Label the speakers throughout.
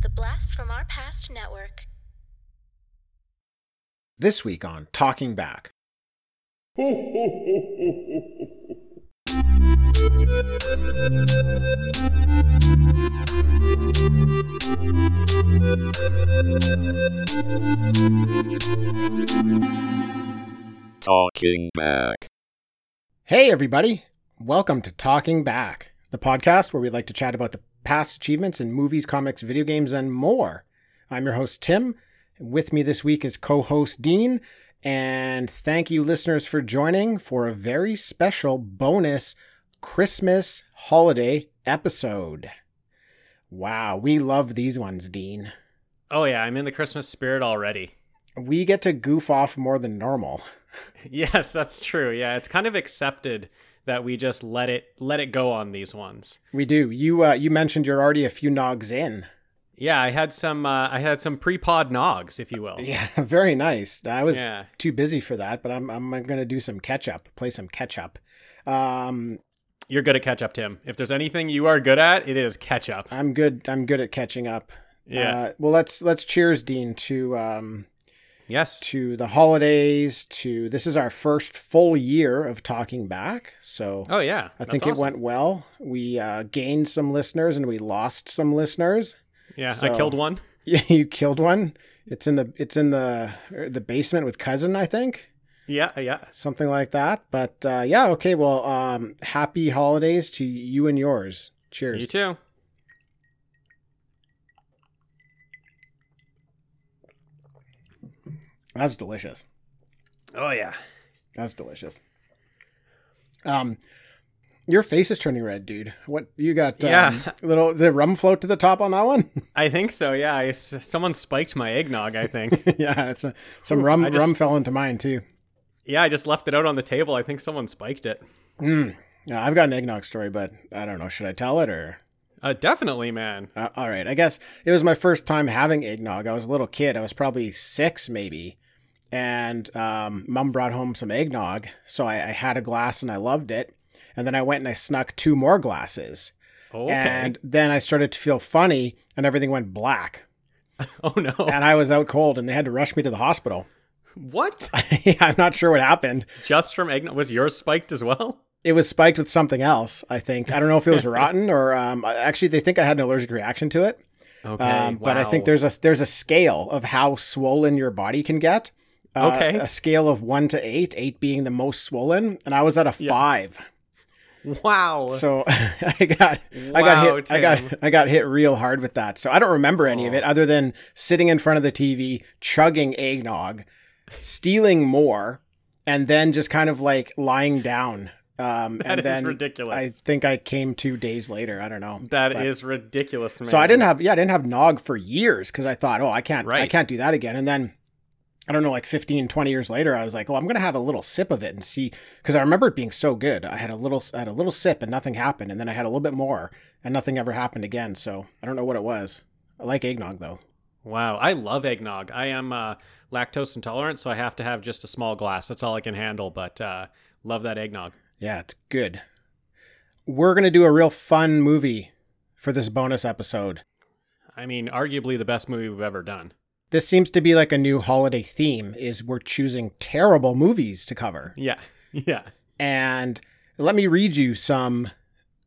Speaker 1: The Blast from Our Past Network.
Speaker 2: This week on Talking Back.
Speaker 3: Talking back.
Speaker 2: Hey, everybody. Welcome to Talking Back, the podcast where we like to chat about the past achievements in movies, comics, video games, and more. I'm your host, Tim. With me this week is co host Dean. And thank you, listeners, for joining for a very special bonus Christmas holiday episode. Wow, we love these ones, Dean.
Speaker 4: Oh yeah, I'm in the Christmas spirit already.
Speaker 2: We get to goof off more than normal.
Speaker 4: Yes, that's true. Yeah, it's kind of accepted that we just let it let it go on these ones.
Speaker 2: We do. You uh, you mentioned you're already a few nogs in.
Speaker 4: Yeah, I had some uh, I had some pre-pod nogs, if you will.
Speaker 2: Yeah, very nice. I was
Speaker 4: Yeah.
Speaker 2: too busy for that, but I'm I'm gonna do some catch up, play some catch up. Um,
Speaker 4: You're good at catch up, Tim. If there's anything you are good at, it is catch up.
Speaker 2: I'm good. I'm good at catching up.
Speaker 4: Yeah.
Speaker 2: Uh, well, let's let's cheers, Dean, to um
Speaker 4: yes.
Speaker 2: to the holidays. To this is our first full year of talking back, so
Speaker 4: Oh yeah.
Speaker 2: I
Speaker 4: That's
Speaker 2: think it
Speaker 4: awesome.
Speaker 2: went well. We uh, gained some listeners and we lost some listeners.
Speaker 4: Yeah,
Speaker 2: so-
Speaker 4: I killed one.
Speaker 2: Yeah, you killed one. It's in the it's in the er, the basement with cousin, I think,
Speaker 4: Yeah, yeah.
Speaker 2: something like that. But uh, yeah, okay. Well, um, happy holidays to you and yours. Cheers.
Speaker 4: You too.
Speaker 2: That's delicious.
Speaker 4: Oh yeah.
Speaker 2: That's delicious. Um, your face is turning red, dude. What you got? Um,
Speaker 4: Yeah.
Speaker 2: little the rum float to the top on that one.
Speaker 4: I think so. Yeah, I s- someone spiked my eggnog. I think.
Speaker 2: yeah, it's a, some rum.
Speaker 4: I just-
Speaker 2: Rum fell into mine too.
Speaker 4: yeah, I just left it out on the table. I think someone spiked it.
Speaker 2: Mm. Yeah, I've got an eggnog story, but I don't know. Should I tell it or?
Speaker 4: Uh, definitely, man.
Speaker 2: Uh, all right. I guess it was my first time having eggnog. I was a little kid. I was probably six, maybe. And um, mom brought home some eggnog. So I, I had a glass and I loved it. And then I went and I snuck two more glasses.
Speaker 4: Okay.
Speaker 2: And then I started to feel funny and everything went black.
Speaker 4: oh no.
Speaker 2: And I was out cold and they had to rush me to the hospital.
Speaker 4: What?
Speaker 2: I'm not sure what happened.
Speaker 4: just from eggnog was yours spiked as well
Speaker 2: It was spiked with something else, I think. I don't know if it was rotten or um, actually, they think I had an allergic reaction to it.
Speaker 4: okay
Speaker 2: Um, But I think there's a there's a scale of how swollen your body can get. Uh,
Speaker 4: Okay.
Speaker 2: A scale of one to eight, eight being the most swollen, and I was at a
Speaker 4: Yeah.
Speaker 2: five.
Speaker 4: wow
Speaker 2: So I got I got
Speaker 4: Wow,
Speaker 2: hit I got
Speaker 4: Tim.
Speaker 2: I got hit real hard with that. So I don't remember any of
Speaker 4: Oh.
Speaker 2: it other than sitting in front of the TV, chugging eggnog, stealing more, and then just kind of like lying down. Um,
Speaker 4: That
Speaker 2: and
Speaker 4: is
Speaker 2: then I
Speaker 4: ridiculous.
Speaker 2: think I came two days later. I don't know.
Speaker 4: That is
Speaker 2: but-
Speaker 4: ridiculous man.
Speaker 2: so I didn't have yeah, I didn't have nog for years cuz I thought, "Oh, I can't I
Speaker 4: Right.
Speaker 2: can't do that again." And then I don't know like 15 20 years later, I was like, "Oh, I'm going to have a little sip of it and see cuz I remember it being so good. I had a little I had a little sip and nothing happened, and then I had a little bit more and nothing ever happened again." So, I don't know what it was. I like eggnog though.
Speaker 4: wow i love eggnog i am uh, lactose intolerant so i have to have just a small glass that's all i can handle but uh, love that eggnog
Speaker 2: Yeah, it's good. We're going to do a real fun movie for this bonus episode.
Speaker 4: i mean arguably the best movie we've ever done
Speaker 2: This seems to be like a new holiday theme is we're choosing terrible movies to cover.
Speaker 4: yeah yeah
Speaker 2: and let me read you some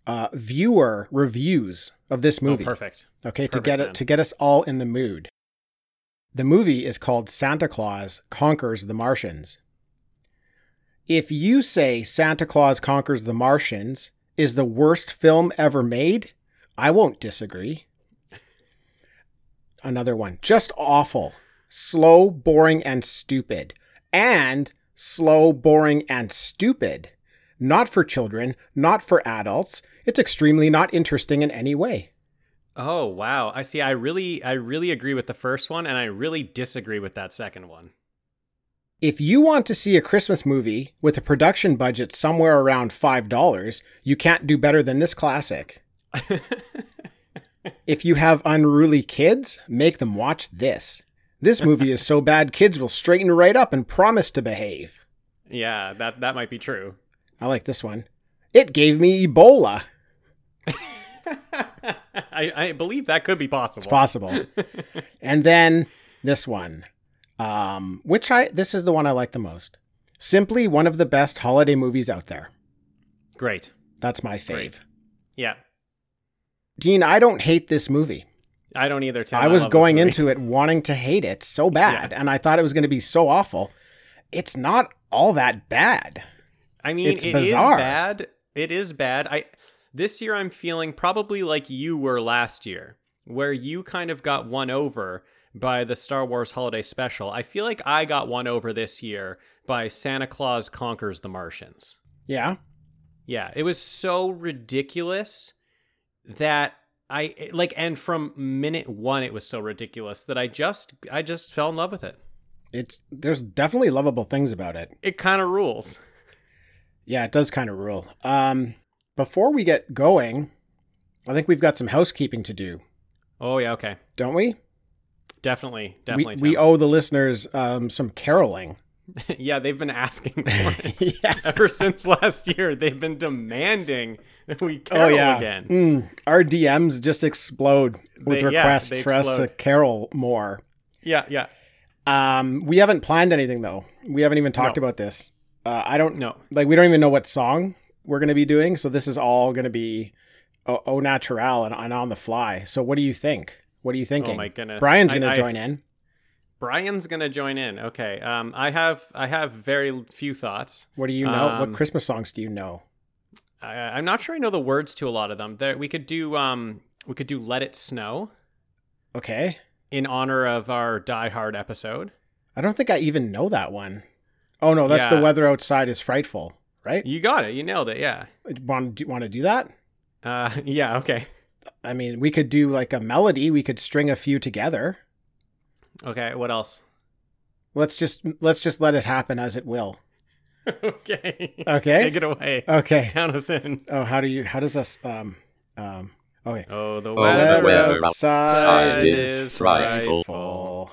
Speaker 2: uh, viewer reviews of this movie.
Speaker 4: oh, perfect
Speaker 2: Okay, to
Speaker 4: Perfect,
Speaker 2: get it
Speaker 4: man.
Speaker 2: to get us all in the mood. The movie is called Santa Claus Conquers the Martians. If you say Santa Claus Conquers the Martians is the worst film ever made, I won't disagree. Another one. Just awful. Slow, boring, and stupid. And slow, boring, and stupid. Not for children, not for adults. It's extremely not interesting in any way.
Speaker 4: oh wow i see i really i really agree with the first one and i really disagree with that second one
Speaker 2: If you want to see a Christmas movie with a production budget somewhere around $5, you can't do better than this classic. if you have unruly kids, make them watch this. This movie is so bad kids will straighten right up and promise to behave.
Speaker 4: yeah that that might be true
Speaker 2: I like this one. It gave me Ebola.
Speaker 4: I, I believe that could be possible.
Speaker 2: It's possible. and then this one, um, which I this is the one I like the most. Simply one of the best holiday movies out there.
Speaker 4: Great.
Speaker 2: That's my fave.
Speaker 4: Great. Yeah.
Speaker 2: Dean, I don't hate this movie.
Speaker 4: I don't either. Tim.
Speaker 2: I was
Speaker 4: love this
Speaker 2: going
Speaker 4: movie.
Speaker 2: into it wanting to hate it so bad, and I thought it was going to be so awful. It's not all that bad.
Speaker 4: I mean,
Speaker 2: It's
Speaker 4: it is
Speaker 2: bizarre.
Speaker 4: bad. It is bad. I this year I'm feeling probably like you were last year, where you kind of got won over by the Star Wars holiday special. I feel like I got won over this year by Santa Claus Conquers the Martians.
Speaker 2: Yeah.
Speaker 4: Yeah, it was so ridiculous that I like and from minute 1 it was so ridiculous that I just I just fell in love with it.
Speaker 2: It's there's definitely lovable things about it.
Speaker 4: It kind of rules.
Speaker 2: Yeah, it does kind of rule. Um, before we get going, I think we've got some housekeeping to do,
Speaker 4: Oh yeah, okay.
Speaker 2: don't we?
Speaker 4: Definitely, definitely.
Speaker 2: we, we
Speaker 4: Tim.
Speaker 2: owe the listeners um, some caroling.
Speaker 4: yeah, they've been asking for it.
Speaker 2: yeah.
Speaker 4: ever since last year. They've been demanding that we carol again.
Speaker 2: Mm, Oh, our DMs just explode with
Speaker 4: They- yeah,
Speaker 2: requests
Speaker 4: they
Speaker 2: for us to
Speaker 4: explode.
Speaker 2: carol more.
Speaker 4: Yeah, yeah.
Speaker 2: Um, we haven't planned anything though. We haven't even talked
Speaker 4: No.
Speaker 2: about this. Uh, I don't
Speaker 4: No.
Speaker 2: like we don't even know what song we're gonna be doing. So this is all gonna be au, au naturel and, and on the fly. So what do you think? What are you thinking?
Speaker 4: Oh my goodness.
Speaker 2: Brian's
Speaker 4: I-
Speaker 2: gonna
Speaker 4: I-
Speaker 2: join in.
Speaker 4: Brian's gonna join in. Okay. Um, I have I have very few thoughts.
Speaker 2: What do you know? what
Speaker 4: um,
Speaker 2: Christmas songs do you know?
Speaker 4: I, I'm not sure I know the words to a lot of them. There, we could do um, we could do "Let It Snow"
Speaker 2: Okay,
Speaker 4: in honor of our Die Hard episode.
Speaker 2: I don't think I even know that one. Oh no, that's the
Speaker 4: Yeah.
Speaker 2: weather outside is frightful. Right?
Speaker 4: You got it. You nailed it. Yeah.
Speaker 2: Want to want to do that?
Speaker 4: Uh, yeah. Okay.
Speaker 2: I mean, we could do like a melody. We could string a few together.
Speaker 4: Okay. What else?
Speaker 2: Let's just let's just let it happen as it will.
Speaker 4: okay. Uh,
Speaker 2: Okay.
Speaker 4: Take it away.
Speaker 2: Okay.
Speaker 4: Count us in.
Speaker 2: Oh, how do you? How does this? Um. Um. Okay.
Speaker 4: Oh, the
Speaker 3: Oh, the
Speaker 4: weather.
Speaker 3: weather
Speaker 4: outside
Speaker 3: outside
Speaker 4: is
Speaker 3: is frightful.
Speaker 2: Full.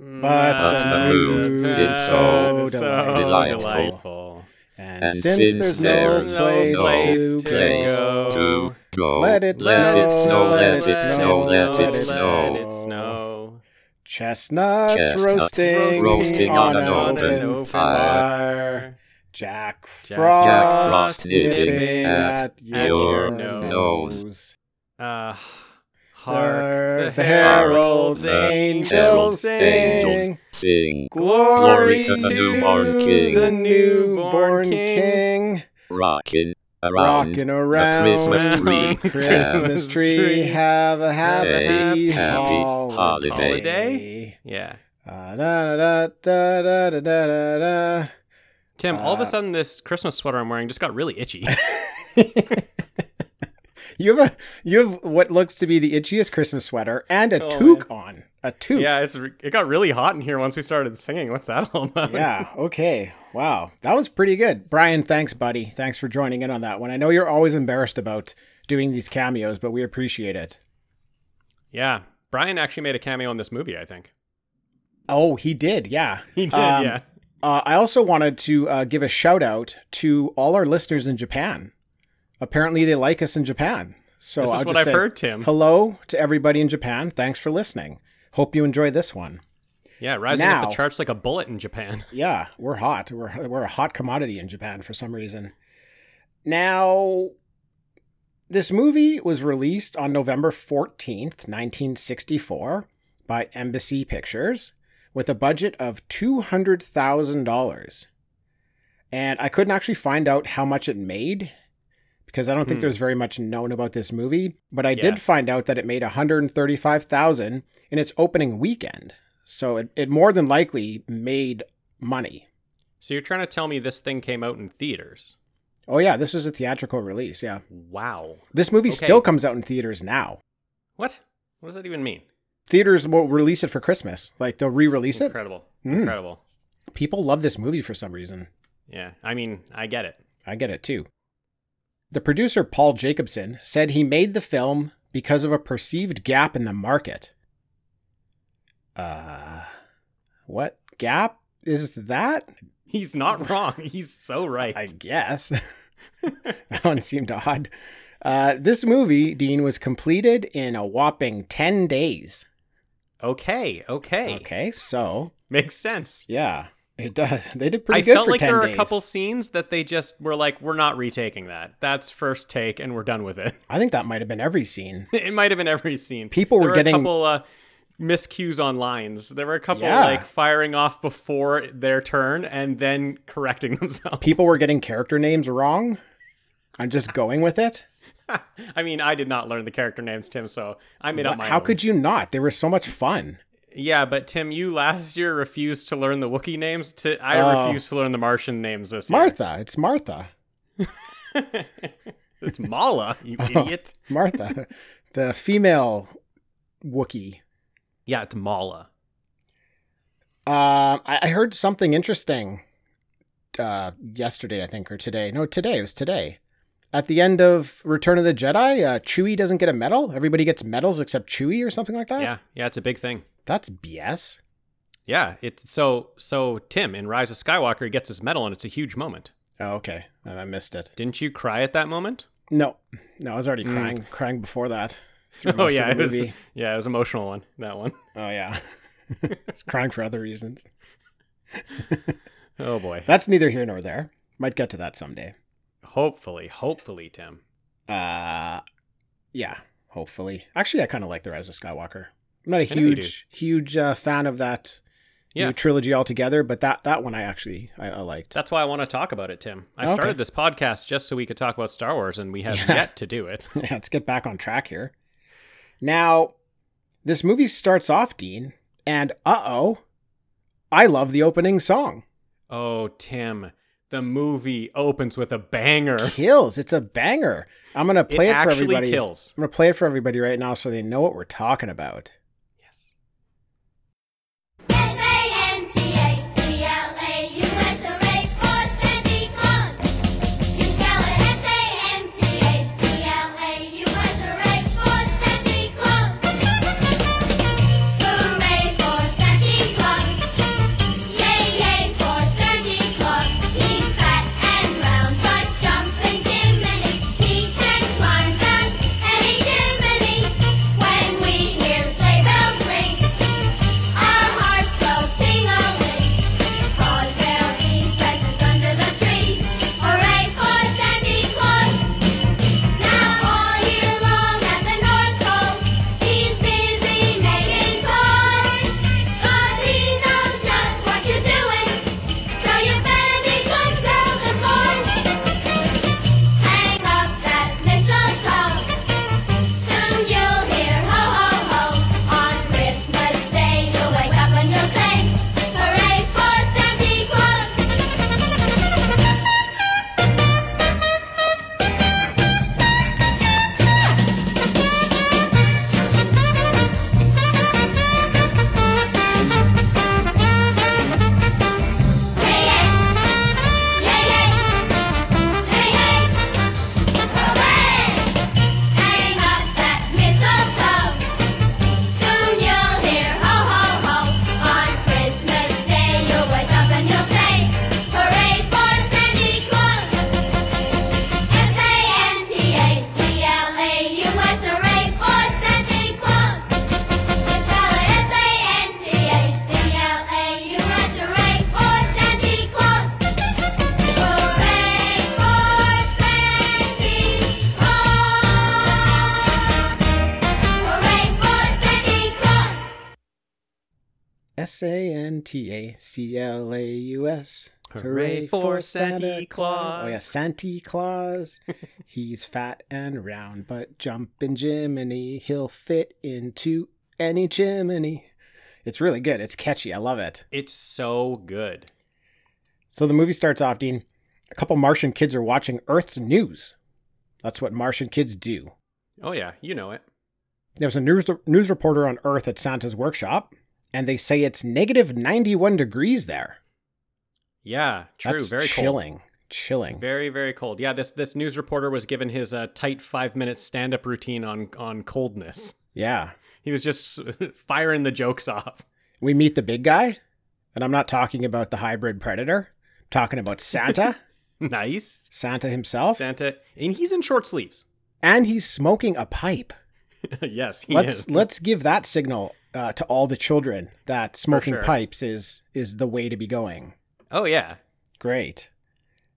Speaker 4: Mm. But
Speaker 3: the mood is so
Speaker 2: so
Speaker 3: delightful.
Speaker 2: And, since, there's no
Speaker 3: there's
Speaker 2: place,
Speaker 3: no
Speaker 2: to,
Speaker 3: place
Speaker 2: go,
Speaker 3: To go.
Speaker 2: Let it
Speaker 3: Oh. let it snow, let it snow, let
Speaker 2: snow,
Speaker 3: it
Speaker 2: let
Speaker 3: snow.
Speaker 2: it chestnuts,
Speaker 3: Chestnuts
Speaker 2: roasting,
Speaker 3: roasting
Speaker 2: on,
Speaker 3: on an
Speaker 2: an
Speaker 3: open
Speaker 2: open
Speaker 3: fire.
Speaker 2: fire. Jack
Speaker 4: Jack
Speaker 2: Frost,
Speaker 3: Frost
Speaker 2: nipping,
Speaker 3: nipping
Speaker 2: at,
Speaker 3: at
Speaker 2: your
Speaker 4: your
Speaker 2: nose.
Speaker 3: nose.
Speaker 4: Uh,
Speaker 2: Hark,
Speaker 4: hark,
Speaker 2: the
Speaker 4: the
Speaker 2: herald
Speaker 4: herald
Speaker 3: the
Speaker 2: angels
Speaker 4: angels sing.
Speaker 2: sing.
Speaker 3: Angels sing.
Speaker 2: Glory,
Speaker 3: Glory
Speaker 2: to
Speaker 3: to
Speaker 2: the
Speaker 3: the newborn king.
Speaker 2: newborn
Speaker 4: King.
Speaker 2: king.
Speaker 3: Rockin' around.
Speaker 2: Rocking around
Speaker 3: Christmas
Speaker 4: tree.
Speaker 2: Christmas
Speaker 4: Christmas
Speaker 2: tree.
Speaker 4: tree.
Speaker 2: Have a happy,
Speaker 4: happy
Speaker 2: holiday.
Speaker 4: holiday. Yeah.
Speaker 2: Uh, da, da, da, da, da, da, da, da.
Speaker 4: Tim, all of
Speaker 2: Uh,
Speaker 4: a sudden, this Christmas sweater I'm wearing just got really itchy.
Speaker 2: You have a you have what looks to be the itchiest Christmas sweater and a
Speaker 4: Oh,
Speaker 2: toque on. A toque.
Speaker 4: yeah, it's re- it got really hot in here once we started singing. What's that all about?
Speaker 2: yeah. Okay. Wow. That was pretty good. Brian, thanks, buddy. Thanks for joining in on that one. I know you're always embarrassed about doing these cameos, but we appreciate it.
Speaker 4: Yeah. Brian actually made a cameo in this movie, I think.
Speaker 2: Oh, he did. Yeah.
Speaker 4: He did,
Speaker 2: Um,
Speaker 4: yeah.
Speaker 2: Uh, I also wanted to uh, give a shout out to all our listeners in Japan. Apparently, they like us in Japan. So
Speaker 4: This
Speaker 2: I'll
Speaker 4: is what
Speaker 2: just
Speaker 4: I've
Speaker 2: say
Speaker 4: heard, Tim.
Speaker 2: Hello to everybody in Japan. Thanks for listening. Hope you enjoy this one.
Speaker 4: Yeah, rising up
Speaker 2: Now-
Speaker 4: the charts like a bullet in Japan.
Speaker 2: Yeah, we're hot. We're we're a hot commodity in Japan for some reason. Now, this movie was released on November 14th, 1964 by Embassy Pictures with a budget of $200,000. And I couldn't actually find out how much it made because I don't think
Speaker 4: Hmm.
Speaker 2: there's very much known about this movie, but I
Speaker 4: Yeah.
Speaker 2: did find out that it made 135,000 in its opening weekend. So it, it more than likely made money.
Speaker 4: So you're trying to tell me this thing came out in theaters?
Speaker 2: Oh yeah, this is a theatrical release, yeah.
Speaker 4: Wow.
Speaker 2: This movie
Speaker 4: Okay.
Speaker 2: still comes out in theaters now.
Speaker 4: What? What does that even mean?
Speaker 2: Theaters will release it for Christmas. Like they'll re-release it.
Speaker 4: Incredible.
Speaker 2: Mm.
Speaker 4: Incredible.
Speaker 2: People love this movie for some reason.
Speaker 4: Yeah. I mean, I get it.
Speaker 2: I get it too. The producer Paul Jacobson said he made the film because of a perceived gap in the market. Uh what gap is that?
Speaker 4: He's not wrong. He's so right.
Speaker 2: I guess. that one seemed odd. Uh, this movie, Dean, was completed in a whopping 10 days.
Speaker 4: Okay, okay.
Speaker 2: Okay, so
Speaker 4: Makes sense.
Speaker 2: yeah, it does. They did pretty
Speaker 4: I
Speaker 2: good
Speaker 4: felt
Speaker 2: for
Speaker 4: like
Speaker 2: 10
Speaker 4: there were
Speaker 2: days.
Speaker 4: a couple scenes that they just were like, we're not retaking that. That's first take and we're done with it.
Speaker 2: I think that might have been every scene.
Speaker 4: it might have been every scene.
Speaker 2: People
Speaker 4: There
Speaker 2: were getting-
Speaker 4: a couple uh, miscues on lines. There were a couple
Speaker 2: Yeah.
Speaker 4: like firing off before their turn and then correcting themselves.
Speaker 2: People were getting character names wrong. I'm just going with it.
Speaker 4: I mean, I did not learn the character names, Tim, so I made up my
Speaker 2: How
Speaker 4: own.
Speaker 2: could you not? They were so much fun.
Speaker 4: Yeah, but Tim, you last year refused to learn the Wookiee names. To I
Speaker 2: Oh.
Speaker 4: refuse to learn the Martian names this
Speaker 2: Martha, it's Martha.
Speaker 4: year. it's Mala, you idiot.
Speaker 2: Martha, the female Wookiee.
Speaker 4: Yeah, it's Mala.
Speaker 2: Uh, I, I heard something interesting uh, yesterday, I think, or today. No, today. It was today. At the end of Return of the Jedi, uh, Chewie doesn't get a medal. Everybody gets medals except Chewie or something like that.
Speaker 4: Yeah, yeah, it's a big thing.
Speaker 2: That's BS.
Speaker 4: Yeah, it's so so. Tim in Rise of Skywalker gets his medal, and it's a huge moment.
Speaker 2: Oh, okay. I I missed it.
Speaker 4: Didn't you cry at that moment?
Speaker 2: No, no, I was already
Speaker 4: Mm.
Speaker 2: crying, crying before that. through
Speaker 4: Oh
Speaker 2: most of
Speaker 4: yeah,
Speaker 2: the
Speaker 4: it was
Speaker 2: movie.
Speaker 4: yeah, it was emotional one. That one.
Speaker 2: Oh yeah. I was crying for other reasons.
Speaker 4: Oh boy.
Speaker 2: That's neither here nor there. Might get to that someday.
Speaker 4: Hopefully, hopefully, Tim.
Speaker 2: Uh, yeah, hopefully. Actually, I kind of like the Rise of Skywalker. I'm not a
Speaker 4: I know you
Speaker 2: huge, huge uh, fan of that
Speaker 4: Yeah.
Speaker 2: new trilogy altogether, but that that one I actually I, I liked.
Speaker 4: That's why I want to talk about it, Tim. I
Speaker 2: Okay.
Speaker 4: started this podcast just so we could talk about Star Wars, and we have
Speaker 2: Yeah.
Speaker 4: yet to do it.
Speaker 2: Yeah, Let's get back on track here. Now, this movie starts off, Dean, and uh oh, I love the opening song.
Speaker 4: Oh, Tim, the movie opens with a banger.
Speaker 2: Kills. It's a banger. I'm gonna play
Speaker 4: it,
Speaker 2: it, for
Speaker 4: actually
Speaker 2: everybody.
Speaker 4: kills.
Speaker 2: I'm gonna play it for everybody right now so they know what we're talking about.
Speaker 4: Yes.
Speaker 5: When we hear sleigh bells ring, our hearts go sing-a-ling. Cause there'll be presents under the tree, hooray for Santa Claus. Now all year long at the North Pole, he's busy making toys. Cause he knows just what you're doing, so you better be good girls and boys. Hang up that mistletoe. Soon you'll hear ho ho ho. On Christmas Day you'll wake up and you'll say, Hooray for Santa Claus! Hey hey, yay hey hey, hooray! Hang up that mistletoe. Soon you'll hear ho ho ho. On Christmas Day you'll wake up and you'll say, Hooray for Santa Claus! S A N T A C L A U S, hooray for Santa Claus! You spell it S A N T A C L A U S, hooray for Santa
Speaker 2: S A N T A C L A U S.
Speaker 5: Claus! Hooray for Santa Claus! Hooray for Santa Claus!
Speaker 4: Hooray for Santa Claus.
Speaker 2: Oh, yeah, Santa Claus. He's fat and round, but jumping Jiminy, he'll fit into any chimney. It's really good. It's catchy. I love it.
Speaker 4: It's so good.
Speaker 2: So the movie starts off, Dean. A couple Martian kids are watching Earth's news. That's what Martian kids do.
Speaker 4: Oh yeah, you know it.
Speaker 2: There was a news, news reporter on Earth at Santa's workshop, and they say it's negative 91 degrees there.
Speaker 4: Yeah, true.
Speaker 2: That's
Speaker 4: very cold.
Speaker 2: chilling. Chilling.
Speaker 4: Very very cold. Yeah, this this news reporter was given his uh, tight five minute stand up routine on on coldness.
Speaker 2: Yeah.
Speaker 4: He was just firing the jokes off.
Speaker 2: We meet the big guy, and I'm not talking about the hybrid predator. I'm talking about Santa,
Speaker 4: Nice.
Speaker 2: Santa himself.
Speaker 4: Santa, and he's in short sleeves.
Speaker 2: and he's smoking a pipe.
Speaker 4: yes, he
Speaker 2: Let's
Speaker 4: is.
Speaker 2: let's give that signal uh, to all the children that smoking
Speaker 4: sure.
Speaker 2: pipes is is the way to be going.
Speaker 4: Oh yeah.
Speaker 2: Great.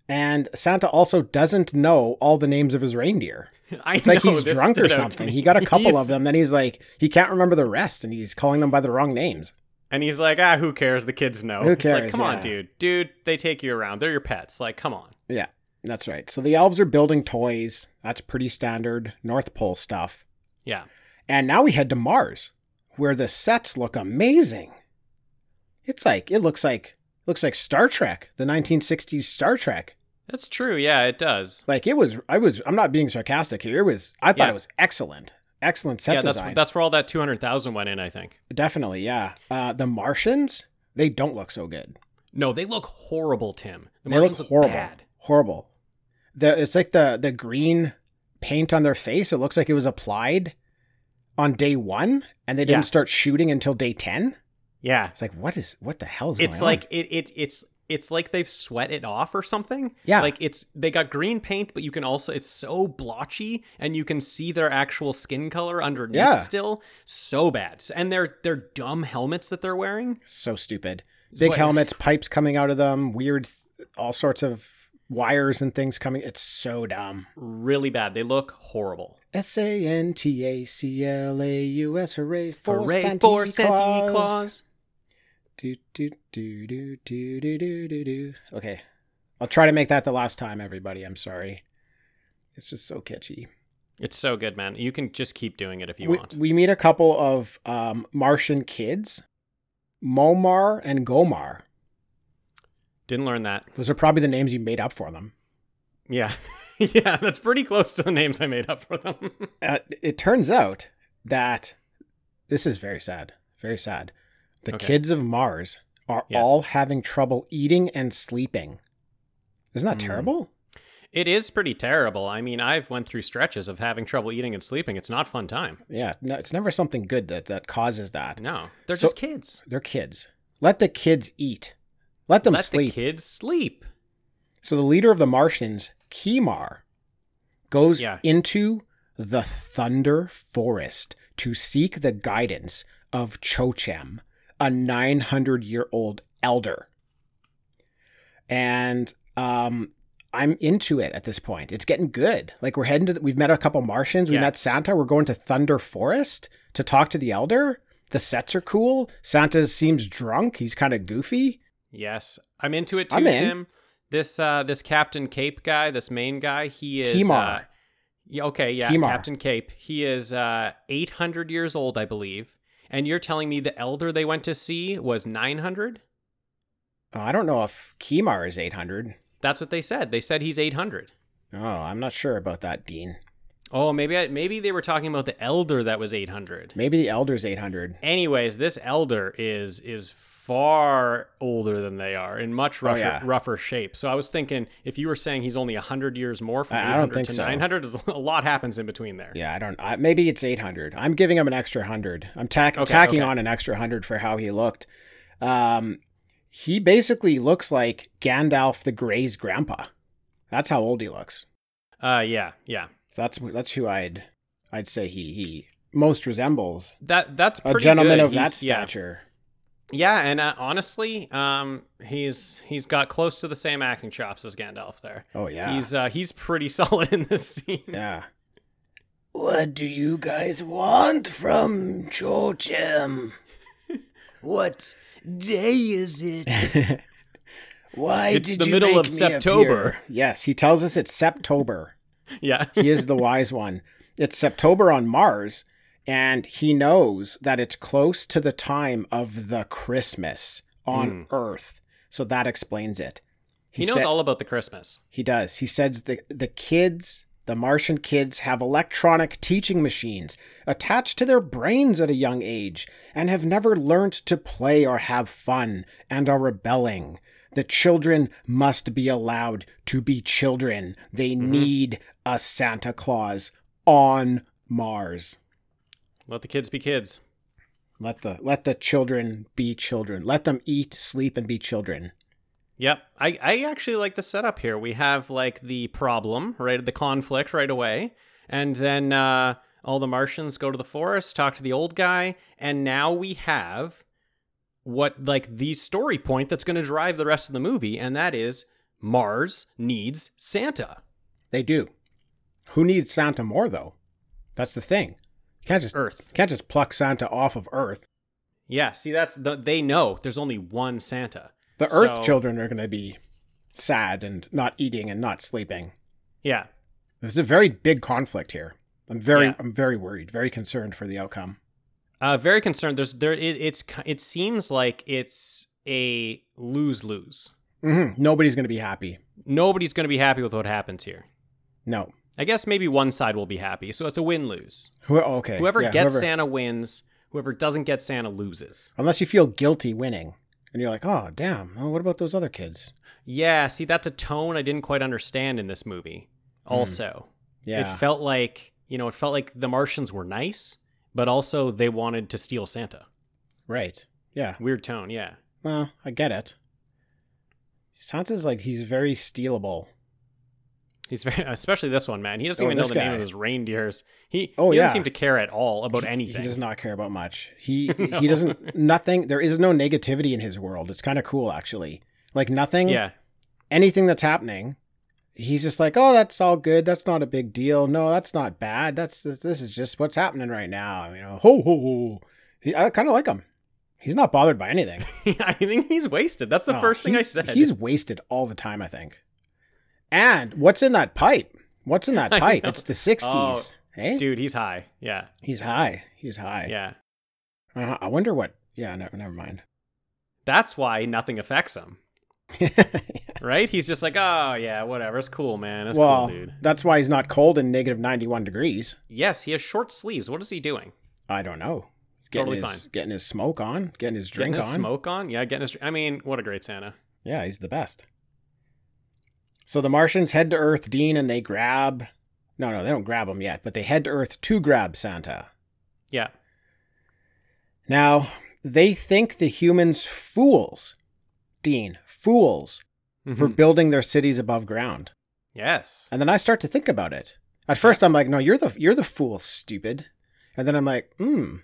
Speaker 2: And Santa also doesn't know all the names of his reindeer.
Speaker 4: I
Speaker 2: It's like
Speaker 4: know,
Speaker 2: he's
Speaker 4: this
Speaker 2: drunk or
Speaker 4: stood out to
Speaker 2: something.
Speaker 4: me.
Speaker 2: He got a couple
Speaker 4: He's-
Speaker 2: of them, then he's like he can't remember the rest, and he's calling them by the wrong names.
Speaker 4: And he's like, ah, who cares? The kids know.
Speaker 2: Who
Speaker 4: It's
Speaker 2: cares?
Speaker 4: like, come
Speaker 2: Yeah.
Speaker 4: on, dude. Dude, they take you around. They're your pets. Like, come on.
Speaker 2: Yeah, that's right. So the elves are building toys. That's pretty standard North Pole stuff.
Speaker 4: Yeah.
Speaker 2: And now we head to Mars, where the sets look amazing. It's like it looks like looks like Star Trek, the 1960s Star Trek.
Speaker 4: That's true. Yeah, it does.
Speaker 2: Like it was I was I'm not being sarcastic here. It was I thought
Speaker 4: Yeah.
Speaker 2: it was excellent. Excellent set
Speaker 4: yeah, that's
Speaker 2: design.
Speaker 4: that's where all that 200,000 went in, I think.
Speaker 2: Definitely, yeah. Uh, the Martians, they don't look so good.
Speaker 4: No, they look horrible, Tim. The
Speaker 2: they look
Speaker 4: Martians
Speaker 2: horrible.
Speaker 4: bad.
Speaker 2: Horrible. The it's like the the green paint on their face. It looks like it was applied on day one, and they didn't
Speaker 4: Yeah.
Speaker 2: start shooting until day ten.
Speaker 4: Yeah.
Speaker 2: It's like what is what the hell is
Speaker 4: It's
Speaker 2: going on?
Speaker 4: like it, it it's it's like they've sweat it off or something.
Speaker 2: Yeah.
Speaker 4: Like it's they got green paint, but you can also it's so blotchy and you can see their actual skin color underneath
Speaker 2: Yeah.
Speaker 4: still. So bad. And their their dumb helmets that they're wearing.
Speaker 2: so stupid. Big
Speaker 4: What-
Speaker 2: helmets, pipes coming out of them, weird, th- all sorts of wires and things coming. It's so dumb.
Speaker 4: Really bad. They look horrible.
Speaker 2: S A N T A C L A U S, hooray for
Speaker 4: Hooray
Speaker 2: Santa
Speaker 4: for
Speaker 2: Claus.
Speaker 4: Santa Claus.
Speaker 2: Do, do, do, do, do, do, do, do, do. Okay. I'll try to make that the last time, everybody. I'm sorry. It's just so catchy.
Speaker 4: It's so good, man. You can just keep doing it if you
Speaker 2: we,
Speaker 4: want.
Speaker 2: we meet a couple of um, Martian kids, Momar and Gomar.
Speaker 4: Didn't learn that.
Speaker 2: Those are probably the names you made up for them.
Speaker 4: Yeah. yeah, that's pretty close to the names I made up for them.
Speaker 2: Uh, it turns out that this is very sad. Very sad. The
Speaker 4: Okay.
Speaker 2: kids of Mars are
Speaker 4: Yeah.
Speaker 2: all having trouble eating and sleeping. Isn't that
Speaker 4: Mm.
Speaker 2: terrible?
Speaker 4: it is pretty terrible. I mean, I've went through stretches of having trouble eating and sleeping. It's not fun time.
Speaker 2: Yeah. No, it's never something good that, that causes that.
Speaker 4: No. They're
Speaker 2: So-
Speaker 4: just kids.
Speaker 2: They're kids. Let the kids eat. Let them
Speaker 4: Let
Speaker 2: sleep.
Speaker 4: the kids sleep.
Speaker 2: so the leader of the Martians, Kimar, goes
Speaker 4: Yeah.
Speaker 2: into the Thunder Forest to seek the guidance of Chochem, a 900 year old elder. And um, I'm into it at this point. It's getting good. Like we're heading to, the, we've met a couple Martians. We
Speaker 4: Yeah.
Speaker 2: met Santa. We're going to Thunder Forest to talk to the elder. The sets are cool. Santa seems drunk. He's kind of goofy.
Speaker 4: Yes. I'm into it too,
Speaker 2: I'm in.
Speaker 4: Tim. This uh this Captain Cape guy, this main guy, he is
Speaker 2: Kimar.
Speaker 4: uh, yeah, okay, yeah,
Speaker 2: Kimar.
Speaker 4: Captain Cape. He is uh 800 years old, I believe. And you're telling me the elder they went to see was 900?
Speaker 2: Oh, I don't know if Kimar is 800.
Speaker 4: That's what they said. They said he's 800.
Speaker 2: Oh, I'm not sure about that, Dean.
Speaker 4: Oh, maybe I, maybe they were talking about the elder that was 800.
Speaker 2: Maybe the elder's 800.
Speaker 4: Anyways, this elder is is far older than they are in much rougher,
Speaker 2: Oh, yeah.
Speaker 4: rougher shape. So I was thinking if you were saying he's only 100 years more from
Speaker 2: I- I
Speaker 4: 800
Speaker 2: don't think
Speaker 4: to
Speaker 2: so.
Speaker 4: 900, a lot happens in between there.
Speaker 2: Yeah, I don't. I, maybe it's 800. I'm giving him an extra 100. I'm tack,
Speaker 4: Okay,
Speaker 2: tacking
Speaker 4: okay.
Speaker 2: on an extra 100 for how he looked. Um, he basically looks like Gandalf the Grey's grandpa. That's how old he looks.
Speaker 4: Uh yeah, yeah.
Speaker 2: That's that's who I'd I'd say he he most resembles
Speaker 4: That that's
Speaker 2: a
Speaker 4: pretty
Speaker 2: gentleman
Speaker 4: good.
Speaker 2: of that
Speaker 4: He's- yeah.
Speaker 2: stature.
Speaker 4: Yeah, and uh, honestly, um he's he's got close to the same acting chops as Gandalf there.
Speaker 2: Oh yeah,
Speaker 4: He's uh he's pretty solid in this scene.
Speaker 2: yeah. What do you guys want from Chochem?
Speaker 4: What day is it?
Speaker 2: Why
Speaker 4: It's did the you middle make of me September. appear?
Speaker 2: Yes, he tells us it's September.
Speaker 4: yeah.
Speaker 2: he is the wise one. It's September on Mars, and he knows that it's close to the time of the Christmas on Earth. So that explains it.
Speaker 4: Hmm. He, knows
Speaker 2: said-
Speaker 4: all about the Christmas.
Speaker 2: He does. He says the the kids, the Martian kids, have electronic teaching machines attached to their brains at a young age and have never learnt to play or have fun and are rebelling. The children must be allowed to be children. They need a Santa Claus on Mars.
Speaker 4: Let the kids be kids.
Speaker 2: Let the let the children be children. Let them eat, sleep, and be children.
Speaker 4: Yep. I, I actually like the setup here. We have like the problem, right? The conflict right away. And then uh, all the Martians go to the forest, talk to the old guy, and now we have what like the story point that's going to drive the rest of the movie, and that is Mars needs Santa.
Speaker 2: They do. Who needs Santa more though? That's the thing. You can't just
Speaker 4: Earth.
Speaker 2: you can't just pluck Santa off of Earth.
Speaker 4: Yeah, see, that's the, they know there's only one Santa.
Speaker 2: The Earth
Speaker 4: So-
Speaker 2: children are going to be sad and not eating and not sleeping.
Speaker 4: Yeah,
Speaker 2: There's a very big conflict here. I'm very
Speaker 4: Yeah.
Speaker 2: I'm very worried, very concerned for the outcome.
Speaker 4: uh, very concerned. There's there it, it's ki- it seems like it's a lose lose.
Speaker 2: hmm Nobody's going to be happy.
Speaker 4: Nobody's going to be happy with what happens here.
Speaker 2: No.
Speaker 4: I guess maybe one side will be happy, so it's a win lose.
Speaker 2: Who, okay.
Speaker 4: Whoever
Speaker 2: yeah,
Speaker 4: gets Santa wins. Whoever doesn't get Santa loses.
Speaker 2: Unless you feel guilty winning and you're like, oh, damn. Oh, what about those other kids?
Speaker 4: Yeah, see, that's a tone I didn't quite understand in this movie. Also,
Speaker 2: Hmm. Yeah.
Speaker 4: it felt like you know, it felt like the Martians were nice, but also they wanted to steal Santa.
Speaker 2: right. Yeah.
Speaker 4: Weird tone, yeah.
Speaker 2: Well, I get it. Santa's like, he's very stealable.
Speaker 4: He's very, especially this one, man. He doesn't
Speaker 2: Oh,
Speaker 4: even know
Speaker 2: this
Speaker 4: the name
Speaker 2: guy.
Speaker 4: of his reindeers. He,
Speaker 2: Oh,
Speaker 4: he
Speaker 2: yeah.
Speaker 4: doesn't seem to care at all about anything.
Speaker 2: He does not care about much. He he doesn't nothing. There is no negativity in his world. It's kind of cool actually. Like nothing.
Speaker 4: yeah,
Speaker 2: Anything that's happening, he's just like, oh, that's all good. That's not a big deal. No, that's not bad. That's this, this is just what's happening right now. You know, ho ho ho. He, I kind of like him. He's not bothered by anything.
Speaker 4: I think he's wasted. That's the
Speaker 2: Oh,
Speaker 4: first thing I
Speaker 2: he's-
Speaker 4: said.
Speaker 2: He's wasted all the time. I think. And what's in that pipe? What's in that
Speaker 4: I
Speaker 2: pipe?
Speaker 4: know. Oh,
Speaker 2: It's the '60s. hey,
Speaker 4: dude. He's high. Yeah,
Speaker 2: he's high. He's high.
Speaker 4: yeah.
Speaker 2: Uh-huh. I wonder what. Yeah, no, never mind.
Speaker 4: That's why nothing affects him, right? He's just like, oh yeah, whatever. It's cool, man. It's
Speaker 2: well,
Speaker 4: cool, dude.
Speaker 2: that's why he's not cold in negative 91 degrees.
Speaker 4: Yes, he has short sleeves. What is he doing?
Speaker 2: I don't know. He's getting,
Speaker 4: Totally
Speaker 2: his,
Speaker 4: fine.
Speaker 2: getting his smoke on, getting his
Speaker 4: Getting
Speaker 2: drink
Speaker 4: his
Speaker 2: on.
Speaker 4: smoke on? Yeah, getting his. I mean, what a great Santa.
Speaker 2: Yeah, he's the best. So the Martians head to Earth, Dean, and they grab. No, no, they don't grab him yet, but they head to Earth to grab Santa.
Speaker 4: Yeah,
Speaker 2: Now, they think the humans fools, Dean, fools, for
Speaker 4: Mhm.
Speaker 2: building their cities above ground.
Speaker 4: yes.
Speaker 2: And then I start to think about it. At first, I'm like, no, you're the you're the fool, stupid. And then I'm like, hmm,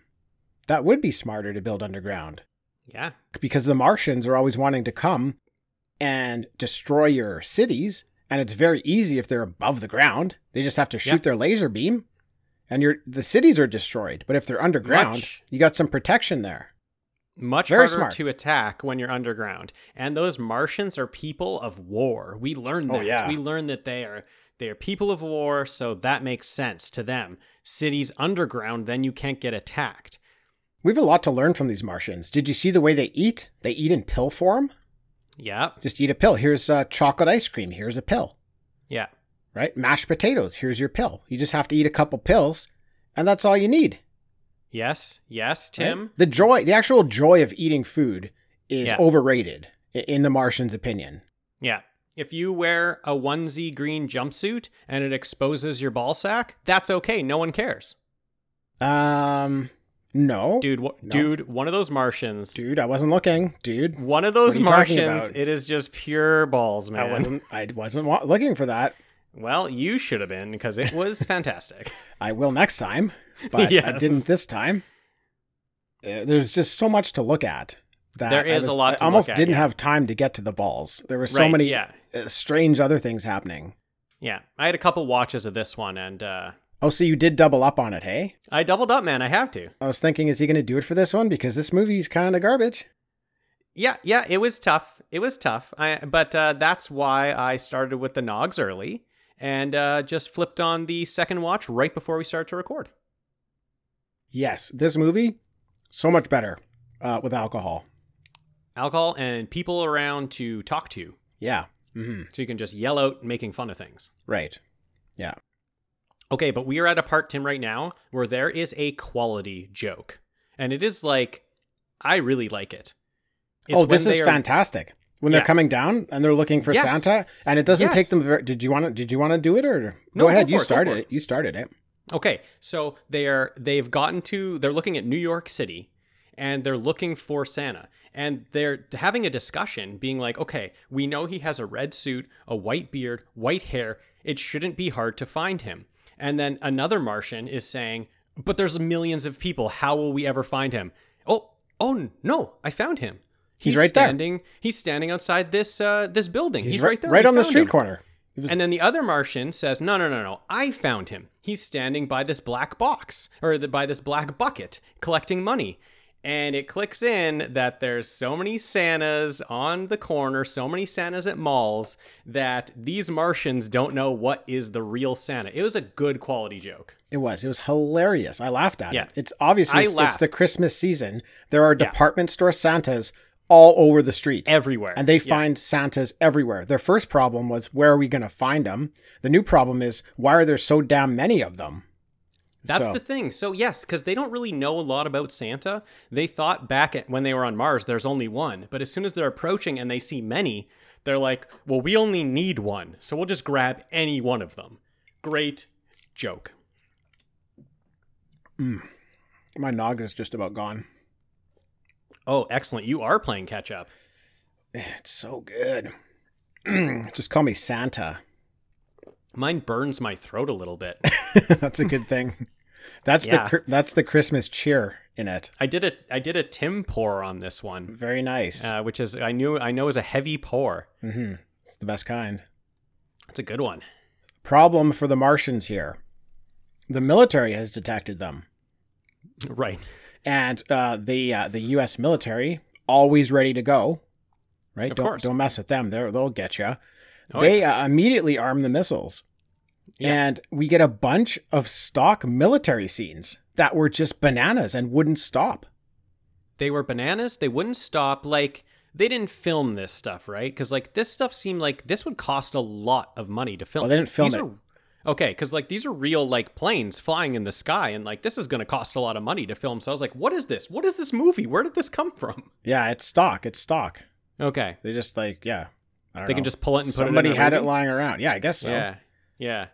Speaker 2: that would be smarter to build underground
Speaker 4: Yeah,
Speaker 2: because the Martians are always wanting to come and destroy your cities, and it's very easy if they're above the ground. They just have to shoot
Speaker 4: Yeah.
Speaker 2: their laser beam, and your the cities are destroyed. But if they're underground,
Speaker 4: Much.
Speaker 2: you got some protection there.
Speaker 4: much
Speaker 2: Very
Speaker 4: harder
Speaker 2: smart.
Speaker 4: to attack when you're underground. And those Martians are people of war. We learned
Speaker 2: Oh,
Speaker 4: that.
Speaker 2: yeah.
Speaker 4: We learned that they are they are people of war, so that makes sense to them. Cities underground, then you can't get attacked.
Speaker 2: We have a lot to learn from these Martians. Did you see the way they eat? They eat in pill form.
Speaker 4: Yeah,
Speaker 2: Just eat a pill. Here's uh, chocolate ice cream. Here's a pill.
Speaker 4: yeah,
Speaker 2: right? Mashed potatoes. Here's your pill. You just have to eat a couple pills, and that's all you need.
Speaker 4: yes, yes,
Speaker 2: right?
Speaker 4: Tim.
Speaker 2: The joy, the actual joy of eating food is
Speaker 4: Yeah.
Speaker 2: overrated i- in the Martian's opinion.
Speaker 4: Yeah. If you wear a onesie green jumpsuit and it exposes your ball sack, that's okay. No one cares.
Speaker 2: Um, no,
Speaker 4: Dude, wha-
Speaker 2: No.
Speaker 4: dude, one of those Martians.
Speaker 2: dude, I wasn't looking, dude.
Speaker 4: One of those
Speaker 2: What are you talking
Speaker 4: Martians,
Speaker 2: about?
Speaker 4: it is just pure balls, man.
Speaker 2: I wasn't. I wasn't wa- looking for that.
Speaker 4: Well, you should have been because it was fantastic.
Speaker 2: I will next time, but I
Speaker 4: Yes.
Speaker 2: didn't this time. Uh, There's just so much to look at. That
Speaker 4: There
Speaker 2: I
Speaker 4: is a
Speaker 2: was-
Speaker 4: lot
Speaker 2: I
Speaker 4: to look
Speaker 2: almost
Speaker 4: at,
Speaker 2: didn't
Speaker 4: yeah.
Speaker 2: have time to get to the balls. There were so
Speaker 4: Right,
Speaker 2: many
Speaker 4: yeah.
Speaker 2: uh, strange other things happening.
Speaker 4: Yeah, I had a couple watches of this one, and uh,
Speaker 2: Oh, so you did double up on it, hey?
Speaker 4: I doubled up, man. I have to.
Speaker 2: I was thinking, is he going to do it for this one? Because this movie's kind of garbage.
Speaker 4: Yeah, yeah, it was tough. It was tough. I, but uh, that's why I started with the Nogs early and uh, just flipped on the second watch right before we started to record.
Speaker 2: Yes, this movie, so much better uh, with alcohol.
Speaker 4: Alcohol and people around to talk to,
Speaker 2: Yeah. hmm
Speaker 4: so you can just yell out making fun of things.
Speaker 2: Right.
Speaker 4: Okay, but we are at a part, Tim, right now where there is a quality joke. And it is like, I really like it. It's
Speaker 2: oh, this
Speaker 4: when
Speaker 2: is
Speaker 4: they are-
Speaker 2: fantastic. When they're
Speaker 4: Yeah.
Speaker 2: coming down and they're looking for
Speaker 4: Yes.
Speaker 2: Santa, and it doesn't take
Speaker 4: Yes.
Speaker 2: them. Very, did you want to? Did you want to do it or
Speaker 4: No,
Speaker 2: go
Speaker 4: go
Speaker 2: ahead?
Speaker 4: for
Speaker 2: you
Speaker 4: it, go
Speaker 2: started
Speaker 4: for
Speaker 2: it.
Speaker 4: it.
Speaker 2: You started it.
Speaker 4: Okay, so they're they've gotten to they're looking at New York City and they're looking for Santa and they're having a discussion being like, "Okay, we know he has a red suit, a white beard, white hair. It shouldn't be hard to find him." And then another Martian is saying, "But there's millions of people. How will we ever find him?" Oh, oh no! I found him.
Speaker 2: He's right there.
Speaker 4: standing, He's standing outside this uh, this building. He's,
Speaker 2: ri-
Speaker 4: right there.
Speaker 2: right
Speaker 4: We
Speaker 2: on the
Speaker 4: found
Speaker 2: street
Speaker 4: him.
Speaker 2: corner. It was-
Speaker 4: And then the other Martian says, "No, no, no, no! I found him. He's standing by this black box or the, by this black bucket, collecting money." And it clicks in that there's so many Santas on the corner, so many Santas at malls that these Martians don't know what is the real Santa. It was a good quality joke.
Speaker 2: It was. It was hilarious. I laughed at
Speaker 4: Yeah.
Speaker 2: it. It's obviously
Speaker 4: I
Speaker 2: it's, it's
Speaker 4: laughed.
Speaker 2: the Christmas season. There are department store Santas all over the streets.
Speaker 4: Everywhere.
Speaker 2: And they
Speaker 4: Yeah.
Speaker 2: find Santas everywhere. Their first problem was where are we going to find them? The new problem is why are there so damn many of them?
Speaker 4: That's
Speaker 2: So-
Speaker 4: the thing. So yes, because they don't really know a lot about Santa. They thought back at when they were on Mars, there's only one. But as soon as they're approaching and they see many, they're like, "Well, we only need one, so we'll just grab any one of them." Great joke.
Speaker 2: My nog is just about gone.
Speaker 4: Oh, excellent! You are playing catch up.
Speaker 2: It's so good. just call me Santa.
Speaker 4: Mine burns my throat a little bit.
Speaker 2: that's a good thing. That's the
Speaker 4: Yeah.
Speaker 2: cr- that's the Christmas cheer in it.
Speaker 4: I did a I did a Tim pour on this one,
Speaker 2: Very nice.
Speaker 4: uh, which is I knew I know is a heavy pour.
Speaker 2: hmm It's the best kind.
Speaker 4: It's a good one.
Speaker 2: Problem for the Martians here. The military has detected them,
Speaker 4: Right.
Speaker 2: and uh, the uh, the U.S. military always ready to go. Right?
Speaker 4: Of
Speaker 2: don't
Speaker 4: course.
Speaker 2: don't mess with them. They're, they'll get you.
Speaker 4: Oh,
Speaker 2: they uh, immediately arm the missiles,
Speaker 4: Yeah.
Speaker 2: and we get a bunch of stock military scenes that were just bananas and wouldn't stop.
Speaker 4: they were bananas they wouldn't stop like they didn't film this stuff right because like this stuff seemed like this would cost a lot of money to film
Speaker 2: Well, they didn't film
Speaker 4: These
Speaker 2: it.
Speaker 4: are- okay because like these are real like planes flying in the sky and like this is going to cost a lot of money to film so i was like what is this what is this movie where did this come from
Speaker 2: Yeah, it's stock. It's stock.
Speaker 4: okay
Speaker 2: They just like yeah. I don't
Speaker 4: They can
Speaker 2: know.
Speaker 4: just pull it and put it in
Speaker 2: Somebody
Speaker 4: their
Speaker 2: had it
Speaker 4: movie?
Speaker 2: lying around. Yeah, I guess so.
Speaker 4: yeah yeah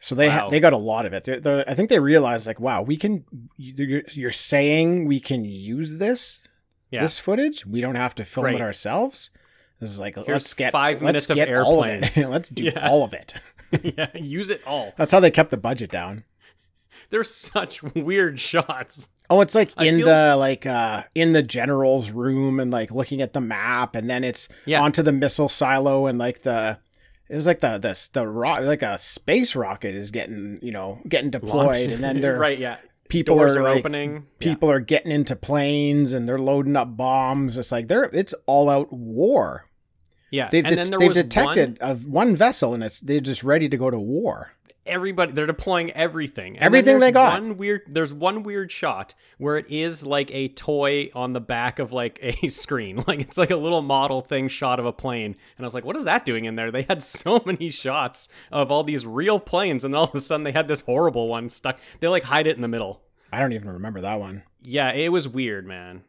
Speaker 2: So they ha-
Speaker 4: Wow.
Speaker 2: they got a lot of it. They're, they're, I think they realized like, wow, we can. You're, you're saying we can use this
Speaker 4: yeah
Speaker 2: this footage. We don't have to film it
Speaker 4: Great.
Speaker 2: ourselves. This is like let's get
Speaker 4: five
Speaker 2: let's
Speaker 4: minutes of
Speaker 2: get all of it.
Speaker 4: airplanes.
Speaker 2: let's do
Speaker 4: Yeah.
Speaker 2: all of it.
Speaker 4: yeah use it all
Speaker 2: That's how they kept the budget down.
Speaker 4: there's such weird shots
Speaker 2: Oh, it's like
Speaker 4: I
Speaker 2: in
Speaker 4: feel-
Speaker 2: the like uh in the general's room and like looking at the map, and then it's
Speaker 4: Yeah.
Speaker 2: onto the missile silo and like the it was like the the the rock like a space rocket is getting you know getting deployed, and then they're
Speaker 4: right yeah
Speaker 2: people
Speaker 4: doors
Speaker 2: are,
Speaker 4: are,
Speaker 2: like,
Speaker 4: opening Yeah.
Speaker 2: people are getting into planes and they're loading up bombs. It's like they're it's all out war.
Speaker 4: yeah,
Speaker 2: They've,
Speaker 4: and
Speaker 2: det-
Speaker 4: then there
Speaker 2: they've
Speaker 4: was one,
Speaker 2: detected one... one vessel and it's they're just ready to go to war.
Speaker 4: everybody they're deploying everything And then
Speaker 2: Everything they
Speaker 4: there's
Speaker 2: got.
Speaker 4: one weird there's one weird shot where it is like a toy on the back of like a screen like it's like a little model thing shot of a plane and i was like what is that doing in there they had so many shots of all these real planes and all of a sudden they had this horrible one stuck they like hide it in the middle
Speaker 2: I don't even remember that one.
Speaker 4: yeah it was weird man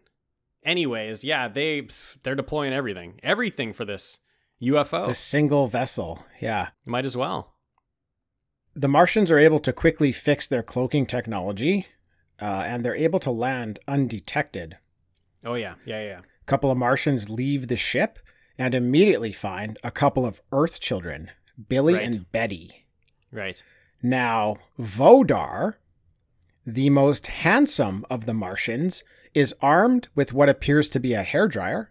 Speaker 4: anyways yeah they pff, they're deploying everything everything for this ufo
Speaker 2: The single vessel. Yeah.
Speaker 4: might as well
Speaker 2: The Martians are able to quickly fix their cloaking technology uh, and they're able to land undetected.
Speaker 4: oh yeah yeah yeah
Speaker 2: A couple of Martians leave the ship and immediately find a couple of Earth children, Billy
Speaker 4: Right.
Speaker 2: and Betty.
Speaker 4: right
Speaker 2: Now, Vodar, the most handsome of the Martians, is armed with what appears to be a hairdryer.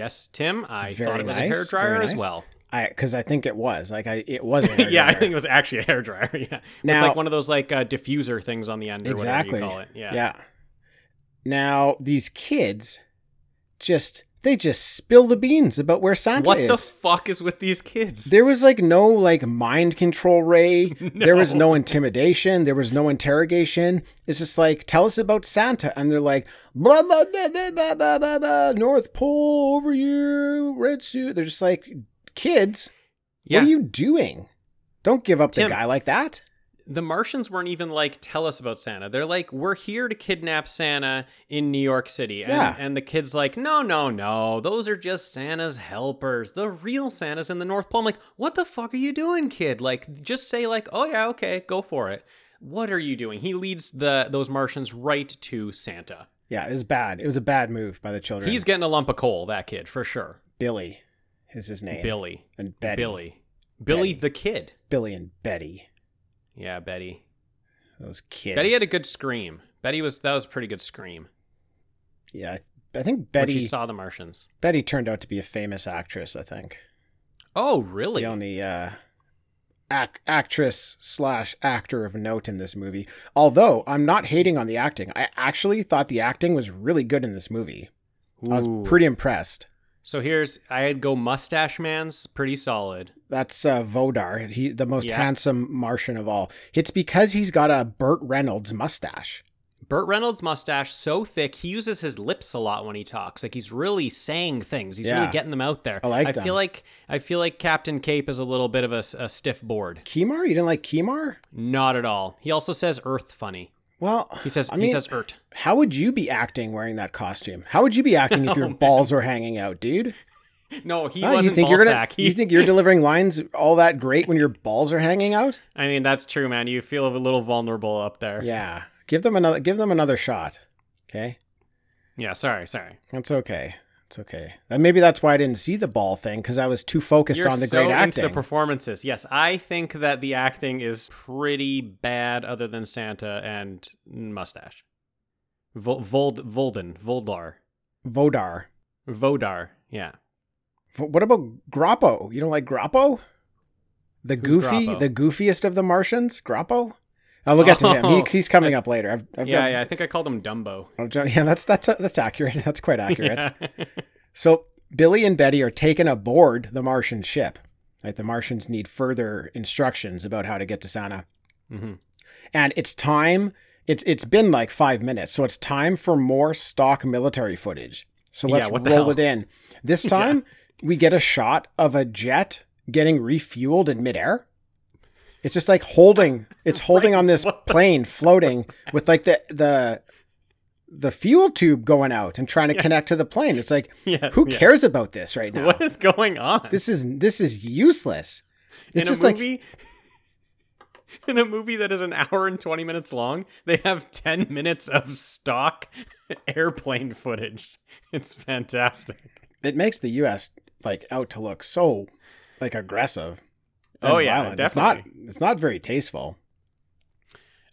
Speaker 4: Yes, Tim.
Speaker 2: Very
Speaker 4: I thought it was
Speaker 2: nice,
Speaker 4: a hair dryer
Speaker 2: very
Speaker 4: as
Speaker 2: nice.
Speaker 4: well.
Speaker 2: I because I think it was like I it was a hairdryer.
Speaker 4: yeah, I think it was actually a hair dryer. Yeah,
Speaker 2: Now-
Speaker 4: with like one of those like uh, diffuser things on the end, or
Speaker 2: exactly.
Speaker 4: whatever you call it. Yeah,
Speaker 2: Now these kids just they just spill the beans about where Santa
Speaker 4: What
Speaker 2: is.
Speaker 4: the fuck is with these kids?
Speaker 2: there was like no like mind control ray. There was
Speaker 4: No.
Speaker 2: no intimidation. There was no interrogation. It's just like tell us about Santa, and they're like blah blah blah blah blah blah blah, blah North Pole over here, red suit. They're just like kids.
Speaker 4: yeah,
Speaker 2: What are you doing? Don't give up
Speaker 4: Tim.
Speaker 2: the guy like that.
Speaker 4: the Martians weren't even like tell us about Santa. They're like, we're here to kidnap Santa in New York City. And,
Speaker 2: Yeah.
Speaker 4: and the kid's like, no, no, no. Those are just Santa's helpers. The real Santa's in the North Pole. I'm like, what the fuck are you doing, kid? Like, just say like, oh yeah, okay, go for it. What are you doing? He leads the those Martians right to Santa.
Speaker 2: Yeah, it was bad. It was a bad move by the children.
Speaker 4: He's getting a lump of coal, that kid, for sure.
Speaker 2: Billy, is his name.
Speaker 4: Billy.
Speaker 2: and Betty.
Speaker 4: Billy. Billy the kid.
Speaker 2: Billy and Betty.
Speaker 4: Yeah, Betty.
Speaker 2: Those kids.
Speaker 4: Betty had a good scream. Betty was that was a pretty good scream.
Speaker 2: yeah, I, th- I think
Speaker 4: Betty
Speaker 2: Betty
Speaker 4: saw the Martians.
Speaker 2: Betty turned out to be a famous actress. I think
Speaker 4: Oh, really?
Speaker 2: the only uh, ac- actress slash actor of note in this movie. Although I'm not hating on the acting, I actually thought the acting was really good in this movie. I
Speaker 4: Ooh.
Speaker 2: was pretty impressed.
Speaker 4: So here's I had go Mustache Man's pretty solid.
Speaker 2: That's uh, Vodar, he, the most
Speaker 4: Yeah.
Speaker 2: handsome Martian of all. It's because he's got a Burt Reynolds mustache.
Speaker 4: Burt Reynolds' mustache so thick he uses his lips a lot when he talks. Like he's really saying things. He's
Speaker 2: Yeah.
Speaker 4: really getting them out there.
Speaker 2: I like
Speaker 4: I
Speaker 2: them.
Speaker 4: feel like I feel like Captain Cape is a little bit of a, s- a stiff board.
Speaker 2: Kimar, you didn't like Kimar?
Speaker 4: Not at all. He also says Earth funny.
Speaker 2: Well,
Speaker 4: He says
Speaker 2: I
Speaker 4: he
Speaker 2: mean,
Speaker 4: says Ert.
Speaker 2: how would you be acting wearing that costume? How would you be acting if your balls were hanging out, dude?
Speaker 4: No, Oh, he
Speaker 2: Huh?
Speaker 4: wasn't
Speaker 2: Ah, you think
Speaker 4: ball
Speaker 2: you're gonna,
Speaker 4: sack. He-
Speaker 2: you think you're delivering lines all that great when your balls are hanging out?
Speaker 4: I mean, that's true, man. You feel a little vulnerable up there.
Speaker 2: Yeah, give them another give them another shot. Okay,
Speaker 4: Yeah, sorry, sorry.
Speaker 2: that's okay. It's okay. And maybe that's why I didn't see the ball thing because I was too focused
Speaker 4: You're
Speaker 2: on the
Speaker 4: so
Speaker 2: great
Speaker 4: into
Speaker 2: acting.
Speaker 4: the performances. Yes, I think that the acting is pretty bad, other than Santa and Mustache. Vol- Vold Volden Voldar
Speaker 2: Vodar.
Speaker 4: Vodar. Yeah,
Speaker 2: F- What about Grappo? You don't like Grappo? The goofy,
Speaker 4: Grappo?
Speaker 2: the goofiest of the Martians, Grappo. Oh, we'll get to him. He,
Speaker 4: Oh.
Speaker 2: he's coming up later. I've, I've,
Speaker 4: yeah,
Speaker 2: I've-
Speaker 4: yeah. I think I called him Dumbo.
Speaker 2: Oh, John, yeah, that's that's that's accurate. That's quite accurate.
Speaker 4: Yeah.
Speaker 2: So Billy and Betty are taken aboard the Martian ship. Right, the Martians need further instructions about how to get to Sana, Mm-hmm.
Speaker 4: Mhm.
Speaker 2: and it's time. It's it's been like five minutes, so it's time for more stock military footage. So
Speaker 4: Yeah,
Speaker 2: let's
Speaker 4: what the
Speaker 2: roll
Speaker 4: hell?
Speaker 2: it in. This time we get a shot of a jet getting refueled in midair. It's just like holding. It's holding on this
Speaker 4: What the-
Speaker 2: plane floating with like the the the fuel tube going out and trying to connect to the plane. It's like
Speaker 4: Yes,
Speaker 2: who
Speaker 4: yes.
Speaker 2: cares about this right now?
Speaker 4: What is going on?
Speaker 2: This is this is useless. It's
Speaker 4: in
Speaker 2: just
Speaker 4: a
Speaker 2: like
Speaker 4: movie. In a movie that is an hour and 20 minutes long, they have 10 minutes of stock airplane footage. It's fantastic.
Speaker 2: it makes the U.S. like out to look so like aggressive. and
Speaker 4: Oh, yeah,
Speaker 2: violent. It's not
Speaker 4: definitely.
Speaker 2: it's not very tasteful.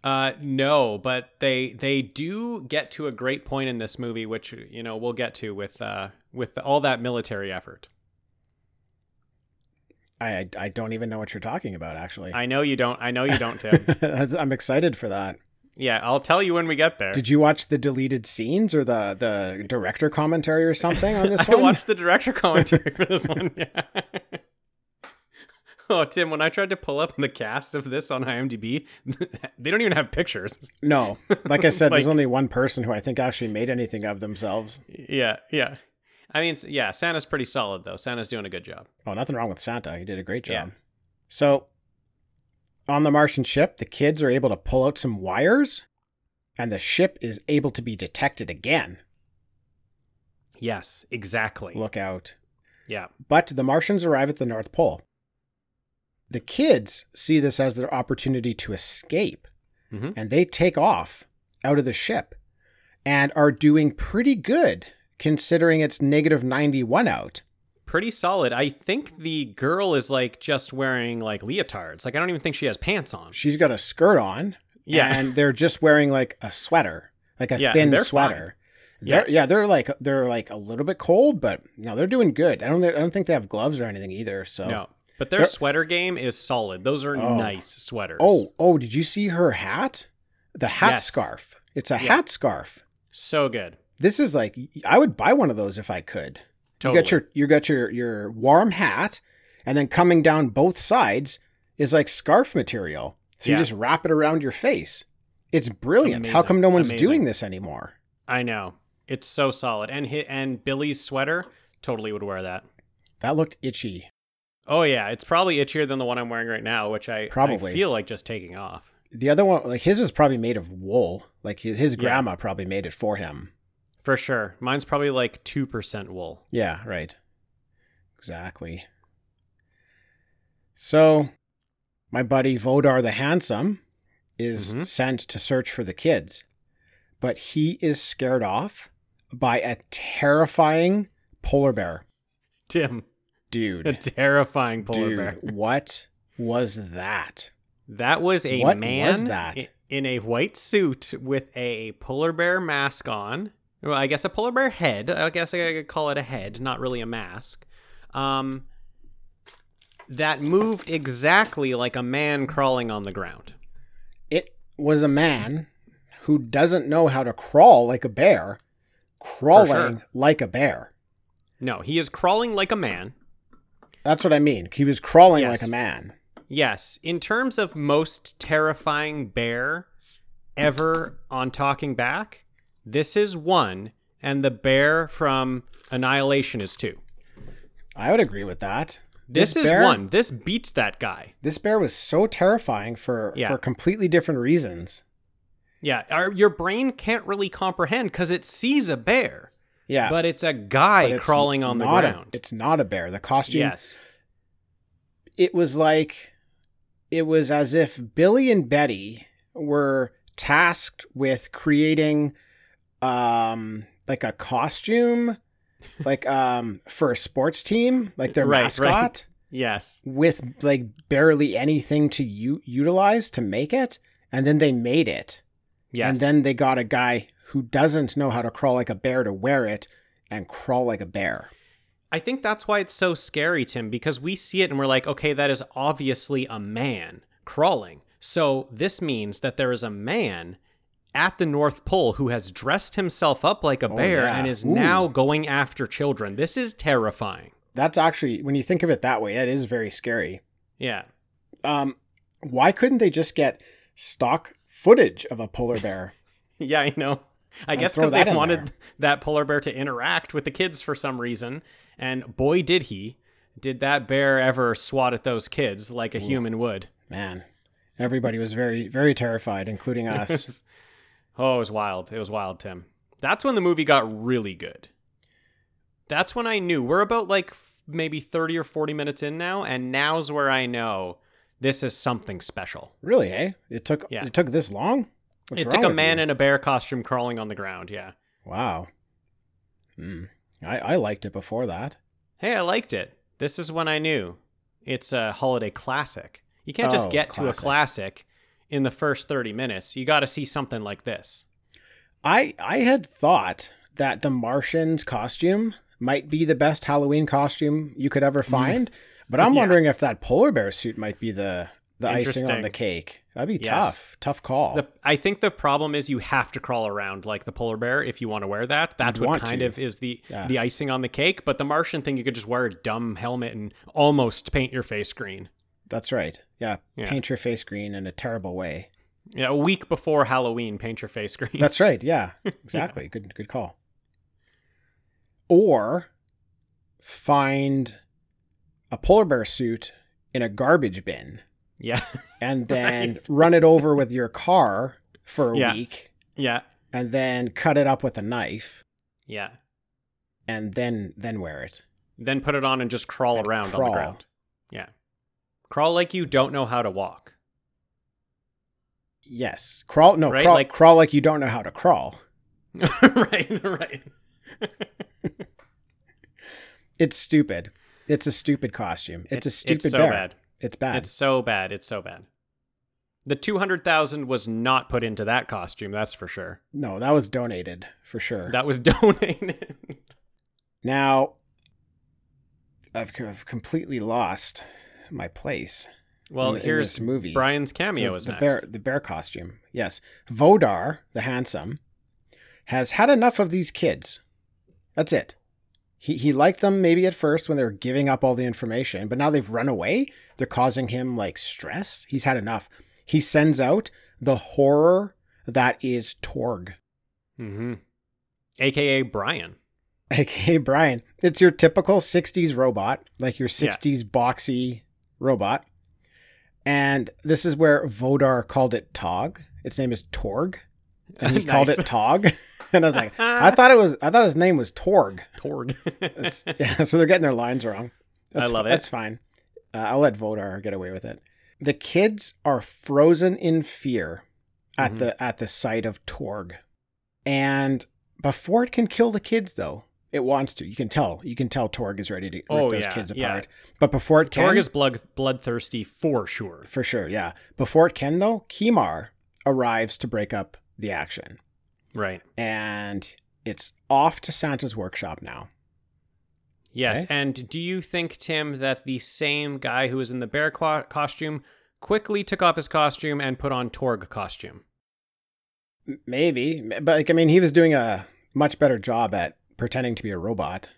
Speaker 4: Uh, no, but they they do get to a great point in this movie, which you know we'll get to with uh with all that military effort.
Speaker 2: I I- I don't even know what you're talking about actually.
Speaker 4: I know you don't. I know you don't, Tim.
Speaker 2: I'm excited for that.
Speaker 4: yeah, I'll tell you when we get there.
Speaker 2: Did you watch the deleted scenes or the the director commentary or something on this
Speaker 4: I
Speaker 2: one?
Speaker 4: watched the director commentary for this one. Yeah. oh, Tim, when I tried to pull up the cast of this on IMDb, they don't even have pictures.
Speaker 2: No, like I said, there's
Speaker 4: Like-
Speaker 2: only one person who I think actually made anything of themselves.
Speaker 4: Yeah, yeah. I mean, s- yeah, Santa's pretty solid though. Santa's doing a good job.
Speaker 2: Oh, nothing wrong with Santa. He did a great
Speaker 4: Yeah.
Speaker 2: job. So, on the Martian ship, the kids are able to pull out some wires, and the ship is able to be detected again.
Speaker 4: Yes, exactly.
Speaker 2: Look out.
Speaker 4: Yeah.
Speaker 2: But the Martians arrive at the North Pole. The kids see this as their opportunity to escape,
Speaker 4: Mhm.
Speaker 2: and they take off out of the ship and are doing pretty good considering it's negative 91 out.
Speaker 4: pretty solid. I think the girl is like just wearing like leotards. Like I don't even think she has pants on.
Speaker 2: She's got a skirt on.
Speaker 4: Yeah.
Speaker 2: and they're just wearing like a sweater, like a
Speaker 4: Yeah, and
Speaker 2: thin
Speaker 4: they're
Speaker 2: sweater.
Speaker 4: Yeah.
Speaker 2: They're, yeah, they're like they're like a little bit cold, but no, they're doing good. I don't I don't think they have gloves or anything either. So
Speaker 4: no. But their
Speaker 2: They're-
Speaker 4: sweater game is solid. Those are
Speaker 2: Oh.
Speaker 4: nice sweaters.
Speaker 2: Oh oh, did you see her hat? The hat
Speaker 4: Yes.
Speaker 2: scarf. It's a hat scarf.
Speaker 4: so good.
Speaker 2: This is like I would buy one of those if I could. You got
Speaker 4: Totally.
Speaker 2: your you got your your warm hat, and then coming down both sides is like scarf material. So
Speaker 4: Yeah.
Speaker 2: you just wrap it around your face. It's brilliant. How
Speaker 4: Amazing.
Speaker 2: come no one's
Speaker 4: Amazing.
Speaker 2: doing this anymore?
Speaker 4: I know. It's so solid. And hi- and Billy's sweater totally would wear that.
Speaker 2: That looked itchy.
Speaker 4: Oh yeah, it's probably itchier than the one I'm wearing right now, which I I
Speaker 2: Probably.
Speaker 4: feel like just taking off.
Speaker 2: the other one like his is probably made of wool like his, his
Speaker 4: Yeah.
Speaker 2: grandma probably made it for him
Speaker 4: For sure. Mine's probably like 2% wool.
Speaker 2: yeah right exactly so my buddy vodar the handsome is
Speaker 4: Mhm.
Speaker 2: sent to search for the kids but he is scared off by a terrifying polar bear
Speaker 4: Tim, a
Speaker 2: dude
Speaker 4: terrifying polar
Speaker 2: dude
Speaker 4: bear.
Speaker 2: what was that
Speaker 4: That was a
Speaker 2: What
Speaker 4: man
Speaker 2: was that?
Speaker 4: i- in a white suit with a polar bear mask on. Well, I guess a polar bear head. I guess I could call it a head, not really a mask. Um, that moved exactly like a man crawling on the ground.
Speaker 2: It was a man who doesn't know how to crawl like a bear, crawling like a bear.
Speaker 4: No, he is crawling like a man.
Speaker 2: That's what I mean. He was crawling
Speaker 4: Yes.
Speaker 2: like a man.
Speaker 4: Yes, in terms of most terrifying bear ever on Talking Back, this is one, and the bear from Annihilation is two.
Speaker 2: I would agree with that.
Speaker 4: This, is
Speaker 2: bear-
Speaker 4: one. This beats that guy.
Speaker 2: This bear was so terrifying for
Speaker 4: Yeah.
Speaker 2: for completely different reasons.
Speaker 4: Yeah, our, your brain can't really comprehend because it sees a bear,
Speaker 2: Yeah,
Speaker 4: but it's a guy
Speaker 2: but it's
Speaker 4: crawling on the
Speaker 2: not a-
Speaker 4: ground.
Speaker 2: it's not a bear. The costume.
Speaker 4: yes,
Speaker 2: It was like, it was as if Billy and Betty were tasked with creating, um, like a costume, like um, for a sports team, like their
Speaker 4: Right, right.
Speaker 2: mascot.
Speaker 4: yes,
Speaker 2: with like barely anything to u- utilize to make it and then they made it
Speaker 4: yes.
Speaker 2: and then they got a guy who doesn't know how to crawl like a bear to wear it and crawl like a bear
Speaker 4: I think that's why it's so scary, Tim, because we see it and we're like, okay, that is obviously a man crawling. So this means that there is a man at the North Pole who has dressed himself up like a
Speaker 2: Oh,
Speaker 4: bear
Speaker 2: yeah.
Speaker 4: and is
Speaker 2: Ooh.
Speaker 4: now going after children. This is terrifying.
Speaker 2: that's actually when you think of it that way that is very scary
Speaker 4: Yeah.
Speaker 2: um why couldn't they just get stock footage of a polar bear
Speaker 4: Yeah, I know. I
Speaker 2: And
Speaker 4: guess
Speaker 2: throw
Speaker 4: because they
Speaker 2: that in
Speaker 4: wanted
Speaker 2: there.
Speaker 4: that polar bear to interact with the kids for some reason. And boy, did he. Did that bear ever swat at those kids like a human would?
Speaker 2: man everybody was very very terrified including us
Speaker 4: oh, it was wild. It was wild, Tim. That's when the movie got really good. That's when I knew. We're about like f- maybe 30 or 40 minutes in now, and now's where I know this is something special.
Speaker 2: really eh it took
Speaker 4: Yeah.
Speaker 2: it took this long What's
Speaker 4: it
Speaker 2: wrong
Speaker 4: took a
Speaker 2: with
Speaker 4: man
Speaker 2: you?
Speaker 4: in a bear costume crawling on the ground, yeah.
Speaker 2: wow Hmm. I, I liked it before that
Speaker 4: Hey, I liked it. This is when I knew. It's a holiday classic. You can't just
Speaker 2: Oh,
Speaker 4: get to a
Speaker 2: classic.
Speaker 4: classic in the first 30 minutes. You got to see something like this.
Speaker 2: I I had thought that the Martian's costume might be the best Halloween costume you could ever find, but I'm
Speaker 4: Mm. Yeah.
Speaker 2: wondering if that polar bear suit might be the the icing on the
Speaker 4: Interesting.
Speaker 2: cake. That'd be
Speaker 4: Yes.
Speaker 2: tough. Tough call.
Speaker 4: The, I think the problem is you have to crawl around like the polar bear if you want to wear that. That's
Speaker 2: You'd
Speaker 4: what
Speaker 2: want
Speaker 4: kind
Speaker 2: to.
Speaker 4: of is the
Speaker 2: Yeah.
Speaker 4: the icing on the cake. But the Martian thing, you could just wear a dumb helmet and almost paint your face green.
Speaker 2: That's right. Yeah.
Speaker 4: Yeah.
Speaker 2: Paint your face green in a terrible way.
Speaker 4: Yeah, a week before Halloween, paint your face green.
Speaker 2: That's right. Yeah. Exactly. Good good call. Or find a polar bear suit in a garbage bin
Speaker 4: yeah,
Speaker 2: and then
Speaker 4: Right.
Speaker 2: run it over with your car for a
Speaker 4: Yeah.
Speaker 2: week.
Speaker 4: yeah,
Speaker 2: and then cut it up with a knife
Speaker 4: yeah.
Speaker 2: and then then wear it.
Speaker 4: Then put it on and just crawl
Speaker 2: And
Speaker 4: around on
Speaker 2: crawl.
Speaker 4: the ground. Yeah, crawl like you don't know how to walk.
Speaker 2: Yes. Crawl no
Speaker 4: Right,
Speaker 2: crawl
Speaker 4: like-
Speaker 2: crawl like you don't know how to crawl.
Speaker 4: right, right.
Speaker 2: It's stupid. It's a stupid costume. It's a
Speaker 4: It-
Speaker 2: stupid
Speaker 4: It's so
Speaker 2: bear.
Speaker 4: bad.
Speaker 2: It's bad.
Speaker 4: It's so bad. It's so bad. The 200,000 was not put into that costume, that's for sure.
Speaker 2: no, that was donated for sure.
Speaker 4: That was donated.
Speaker 2: now I've, c- I've completely lost my place.
Speaker 4: well,
Speaker 2: in- in
Speaker 4: here's
Speaker 2: this movie.
Speaker 4: Brian's cameo
Speaker 2: So
Speaker 4: is
Speaker 2: the
Speaker 4: next.
Speaker 2: bear the bear costume. Yes. Vodar, the handsome, has had enough of these kids. That's it. He he liked them maybe at first when they were giving up all the information, but now they've run away. They're causing him like stress. He's had enough. He sends out the horror that is Torg.
Speaker 4: Mm-hmm. AKA Brian.
Speaker 2: Okay, Brian. It's your typical 60s robot, like your 60s boxy robot. And this is where Vodar called it Tog. Its name is Torg. And he called it
Speaker 4: Nice.
Speaker 2: Tog. And I was like, I thought it was I thought his name was Torg.
Speaker 4: Torg.
Speaker 2: It's, yeah, so they're getting their lines wrong.
Speaker 4: I love it.
Speaker 2: That's fine. Uh, I'll let Vodar get away with it. The kids are frozen in fear at
Speaker 4: Mhm.
Speaker 2: the at the sight of Torg, and before it can kill the kids, though, It wants to. You can tell. You can tell Torg is ready to rip
Speaker 4: Oh,
Speaker 2: those
Speaker 4: yeah,
Speaker 2: kids
Speaker 4: yeah.
Speaker 2: apart. But before it can,
Speaker 4: Torg is blood bloodthirsty for sure.
Speaker 2: for sure, yeah. Before it can though, Kimar arrives to break up the action,
Speaker 4: Right.
Speaker 2: and it's off to Santa's workshop now.
Speaker 4: Yes.
Speaker 2: Okay.
Speaker 4: And do you think, Tim, that the same guy who was in the bear co- costume quickly took off his costume and put on Torg costume?
Speaker 2: M- Maybe, but like I mean, he was doing a much better job at pretending to be a robot.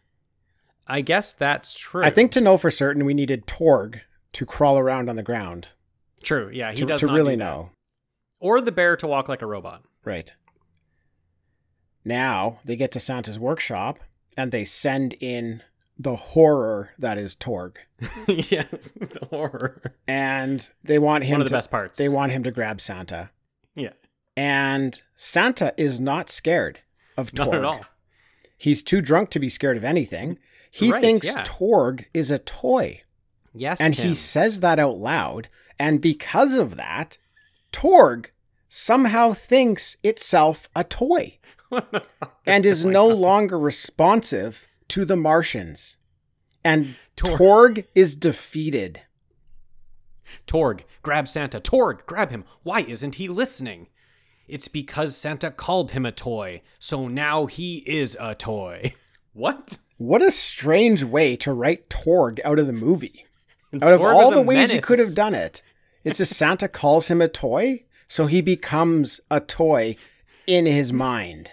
Speaker 4: I guess that's true.
Speaker 2: I think to know for certain, we needed Torg to crawl around on the ground
Speaker 4: true. Yeah, Uh, he
Speaker 2: to,
Speaker 4: does
Speaker 2: to
Speaker 4: not
Speaker 2: really
Speaker 4: do that.
Speaker 2: know.
Speaker 4: Or the bear to walk like a robot.
Speaker 2: Right. Now they get to Santa's workshop and they send in the horror that is Torg.
Speaker 4: yes, the horror.
Speaker 2: And they want him
Speaker 4: One of the
Speaker 2: to,
Speaker 4: best parts.
Speaker 2: they want him to grab Santa.
Speaker 4: yeah,
Speaker 2: And Santa is not scared of Torg.
Speaker 4: not at all.
Speaker 2: He's too drunk to be scared of anything. He
Speaker 4: Right,
Speaker 2: thinks
Speaker 4: yeah.
Speaker 2: Torg is a toy.
Speaker 4: Yes,
Speaker 2: And
Speaker 4: Tim.
Speaker 2: he says that out loud. And because of that, Torg somehow thinks itself a toy. and is no longer responsive to the Martians. And
Speaker 4: Tor-
Speaker 2: Torg is defeated.
Speaker 4: Torg, grab Santa. Torg, grab him. Why isn't he listening? It's because Santa called him a toy, so now he is a toy. What?
Speaker 2: What a strange way to write Torg out of the movie. Out of
Speaker 4: Torg
Speaker 2: all
Speaker 4: is a
Speaker 2: the ways you
Speaker 4: menace.
Speaker 2: could have done it, it's just Santa calls him a toy, so he becomes a toy in his mind.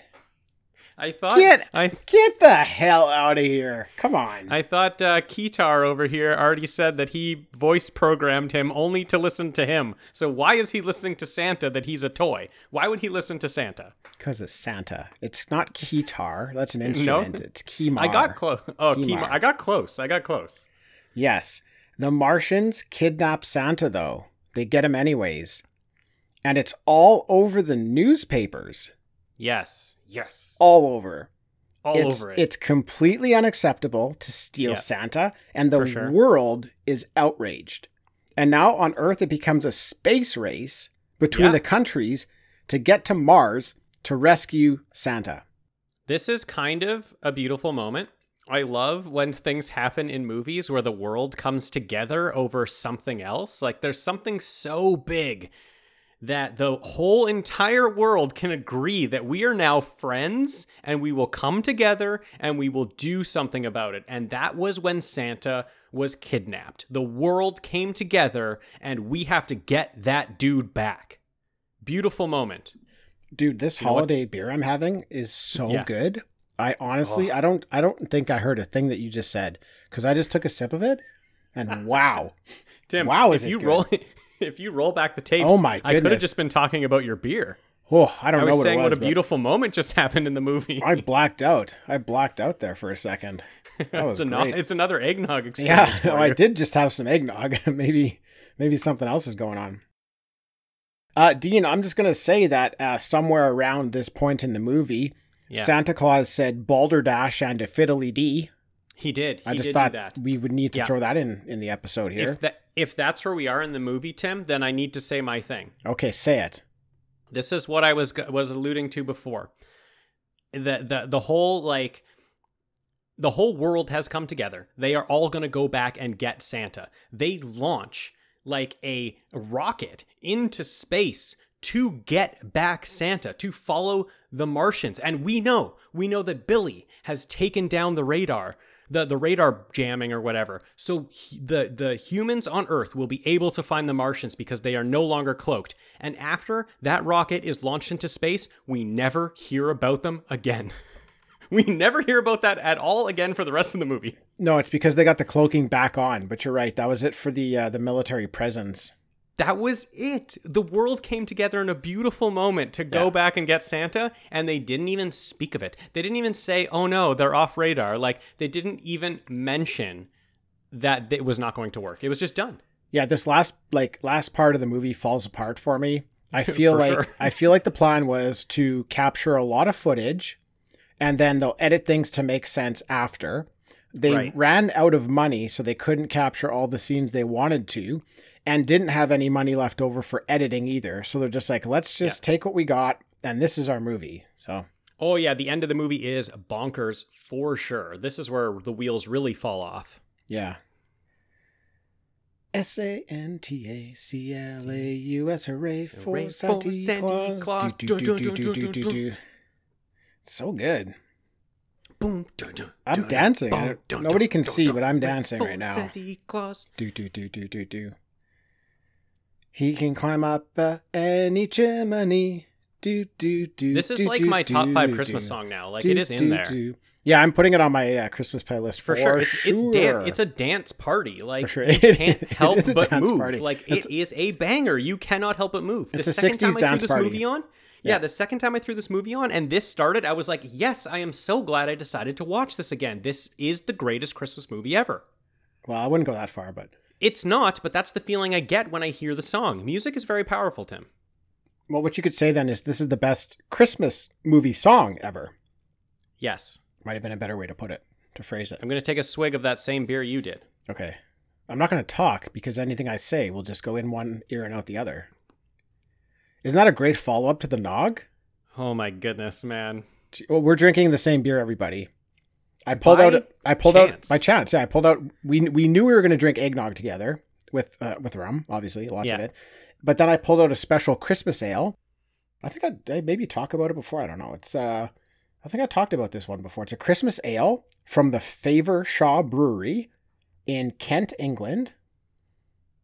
Speaker 4: I thought.
Speaker 2: Get
Speaker 4: I
Speaker 2: get the hell out of here. Come on.
Speaker 4: I thought uh, Kitar over here already said that he voice programmed him only to listen to him. So why is he listening to Santa that he's a toy? Why would he listen to Santa?
Speaker 2: Because it's Santa. It's not Kitar. That's an instrument. It's Kimar.
Speaker 4: I got close. Oh,
Speaker 2: Kimar.
Speaker 4: Kimar. I got close. I got close.
Speaker 2: Yes. The Martians kidnap Santa, though. They get him anyways. And it's all over the newspapers.
Speaker 4: Yes. Yes.
Speaker 2: All over.
Speaker 4: All
Speaker 2: Oh, it's,
Speaker 4: over it.
Speaker 2: It's completely unacceptable to steal
Speaker 4: Yeah.
Speaker 2: Santa, and the
Speaker 4: For sure.
Speaker 2: world is outraged. And now on Earth, it becomes a space race between
Speaker 4: Yeah.
Speaker 2: the countries to get to Mars to rescue Santa.
Speaker 4: This is kind of a beautiful moment. I love when things happen in movies where the world comes together over something else. Like there's something so big that the whole entire world can agree that we are now friends and we will come together and we will do something about it. And that was when Santa was kidnapped. The world came together and we have to get that dude back. Beautiful moment.
Speaker 2: Dude, this
Speaker 4: You know what?
Speaker 2: holiday beer I'm having is so
Speaker 4: Yeah.
Speaker 2: good. I honestly, I don't, I don't think I heard a thing that you just said because I just took a sip of it, and wow,
Speaker 4: Tim,
Speaker 2: Wow,
Speaker 4: if
Speaker 2: is it
Speaker 4: you
Speaker 2: good.
Speaker 4: roll if you roll back the tapes,
Speaker 2: Oh my
Speaker 4: I could have
Speaker 2: goodness.
Speaker 4: just been talking about your beer.
Speaker 2: oh, I
Speaker 4: I,
Speaker 2: don't know
Speaker 4: was
Speaker 2: what
Speaker 4: saying
Speaker 2: it
Speaker 4: what
Speaker 2: was.
Speaker 4: a beautiful moment just happened in the movie.
Speaker 2: but I blacked out. I blacked out there for a second. That was
Speaker 4: it's, ano-
Speaker 2: great.
Speaker 4: it's another eggnog
Speaker 2: Yeah,
Speaker 4: experience. for
Speaker 2: well, I
Speaker 4: you.
Speaker 2: did just have some eggnog. maybe, maybe something else is going on. Uh, Dean, I'm just gonna say that uh, somewhere around this point in the movie,
Speaker 4: Yeah,
Speaker 2: Santa Claus said "balderdash" and a fiddly d.
Speaker 4: he did. He
Speaker 2: I just
Speaker 4: did
Speaker 2: thought
Speaker 4: do that.
Speaker 2: we would need to
Speaker 4: Yeah.
Speaker 2: throw that in in the episode here.
Speaker 4: If that if that's where we are in the movie, Tim, then I need to say my thing.
Speaker 2: Okay, say it.
Speaker 4: This is what I was go- was alluding to before. The the the whole like the whole world has come together. They are all going to go back and get Santa. They launch like a rocket into space to get back Santa, to follow the Martians. And we know, we know that Billy has taken down the radar, the, the radar jamming or whatever. So he- the, the humans on Earth will be able to find the Martians because they are no longer cloaked. And after that rocket is launched into space, we never hear about them again. We never hear about that at all again for the rest of the movie.
Speaker 2: No, it's because they got the cloaking back on. But you're right. That was it for the uh, the military presence.
Speaker 4: That was it. The world came together in a beautiful moment to go back and get Santa, and they didn't even speak of it. They didn't even say, oh no, they're off radar. Like, they didn't even mention that it was not going to work. It was just done.
Speaker 2: Yeah, this last like last part of the movie falls apart for me. I feel
Speaker 4: For
Speaker 2: like
Speaker 4: sure.
Speaker 2: I feel like the plan was to capture a lot of footage, and then they'll edit things to make sense after. They
Speaker 4: Right.
Speaker 2: ran out of money, so they couldn't capture all the scenes they wanted to, and didn't have any money left over for editing either. So they're just like, let's just take what we got, and this is our movie. So
Speaker 4: Oh, yeah, the end of the movie is bonkers for sure. This is where the wheels really fall off.
Speaker 2: Yeah. S A N T A C L A U S hooray
Speaker 4: Hooray
Speaker 2: for
Speaker 4: for
Speaker 2: Santa
Speaker 4: Santa
Speaker 2: Claus.
Speaker 4: Claus.
Speaker 2: Do, do,
Speaker 4: Dun,
Speaker 2: do,
Speaker 4: dun,
Speaker 2: do,
Speaker 4: dun,
Speaker 2: do, do,
Speaker 4: dun,
Speaker 2: do. So good.
Speaker 4: Boom. dun, dun,
Speaker 2: I'm
Speaker 4: dun,
Speaker 2: dancing.
Speaker 4: boom,
Speaker 2: I-
Speaker 4: dun, dun,
Speaker 2: Nobody can
Speaker 4: dun,
Speaker 2: see,
Speaker 4: dun.
Speaker 2: but I'm
Speaker 4: Hooray
Speaker 2: dancing
Speaker 4: for
Speaker 2: right now.
Speaker 4: Santa E Claus.
Speaker 2: Do do do do do do. He can climb up uh, any chimney. Do do do.
Speaker 4: This is
Speaker 2: do,
Speaker 4: like
Speaker 2: do,
Speaker 4: my top
Speaker 2: do,
Speaker 4: five
Speaker 2: do,
Speaker 4: Christmas
Speaker 2: do.
Speaker 4: song now. Like
Speaker 2: Do,
Speaker 4: it is in
Speaker 2: do,
Speaker 4: there
Speaker 2: do. Yeah, I'm putting it on my uh, Christmas playlist
Speaker 4: for sure. It's it's dan-
Speaker 2: sure.
Speaker 4: It's a dance party. Like
Speaker 2: sure.
Speaker 4: you
Speaker 2: It
Speaker 4: can't
Speaker 2: is- it
Speaker 4: help
Speaker 2: is a
Speaker 4: but
Speaker 2: dance
Speaker 4: move.
Speaker 2: party.
Speaker 4: Like
Speaker 2: It's-
Speaker 4: it is a banger. You cannot help but move. The
Speaker 2: It's a 60s
Speaker 4: second time I threw
Speaker 2: dance
Speaker 4: this
Speaker 2: party.
Speaker 4: movie on, yeah. the second time I threw this movie on, and this started, I was like, yes, I am so glad I decided to watch this again. This is the greatest Christmas movie ever.
Speaker 2: Well, I wouldn't go that far, but
Speaker 4: It's not, but that's the feeling I get when I hear the song. Music is very powerful, Tim.
Speaker 2: well, what you could say then is this is the best Christmas movie song ever.
Speaker 4: Yes.
Speaker 2: Might have been a better way to put it, to phrase it.
Speaker 4: I'm going to take a swig of that same beer you did.
Speaker 2: Okay, I'm not going to talk because anything I say will just go in one ear and out the other. Isn't that a great follow up to the Nog?
Speaker 4: Oh my goodness, man.
Speaker 2: Gee, Well, we're drinking the same beer, everybody. I pulled
Speaker 4: By
Speaker 2: out. I pulled out
Speaker 4: chance.
Speaker 2: by chance. Yeah, I pulled out. We we knew we were going to drink eggnog together with uh, with rum, obviously, lots of
Speaker 4: Yeah.
Speaker 2: it. But then I pulled out a special Christmas ale. I think I, I maybe talk about it before. I don't know. It's uh, I think I talked about this one before. It's a Christmas ale from the Favor Shaw Brewery in Kent, England.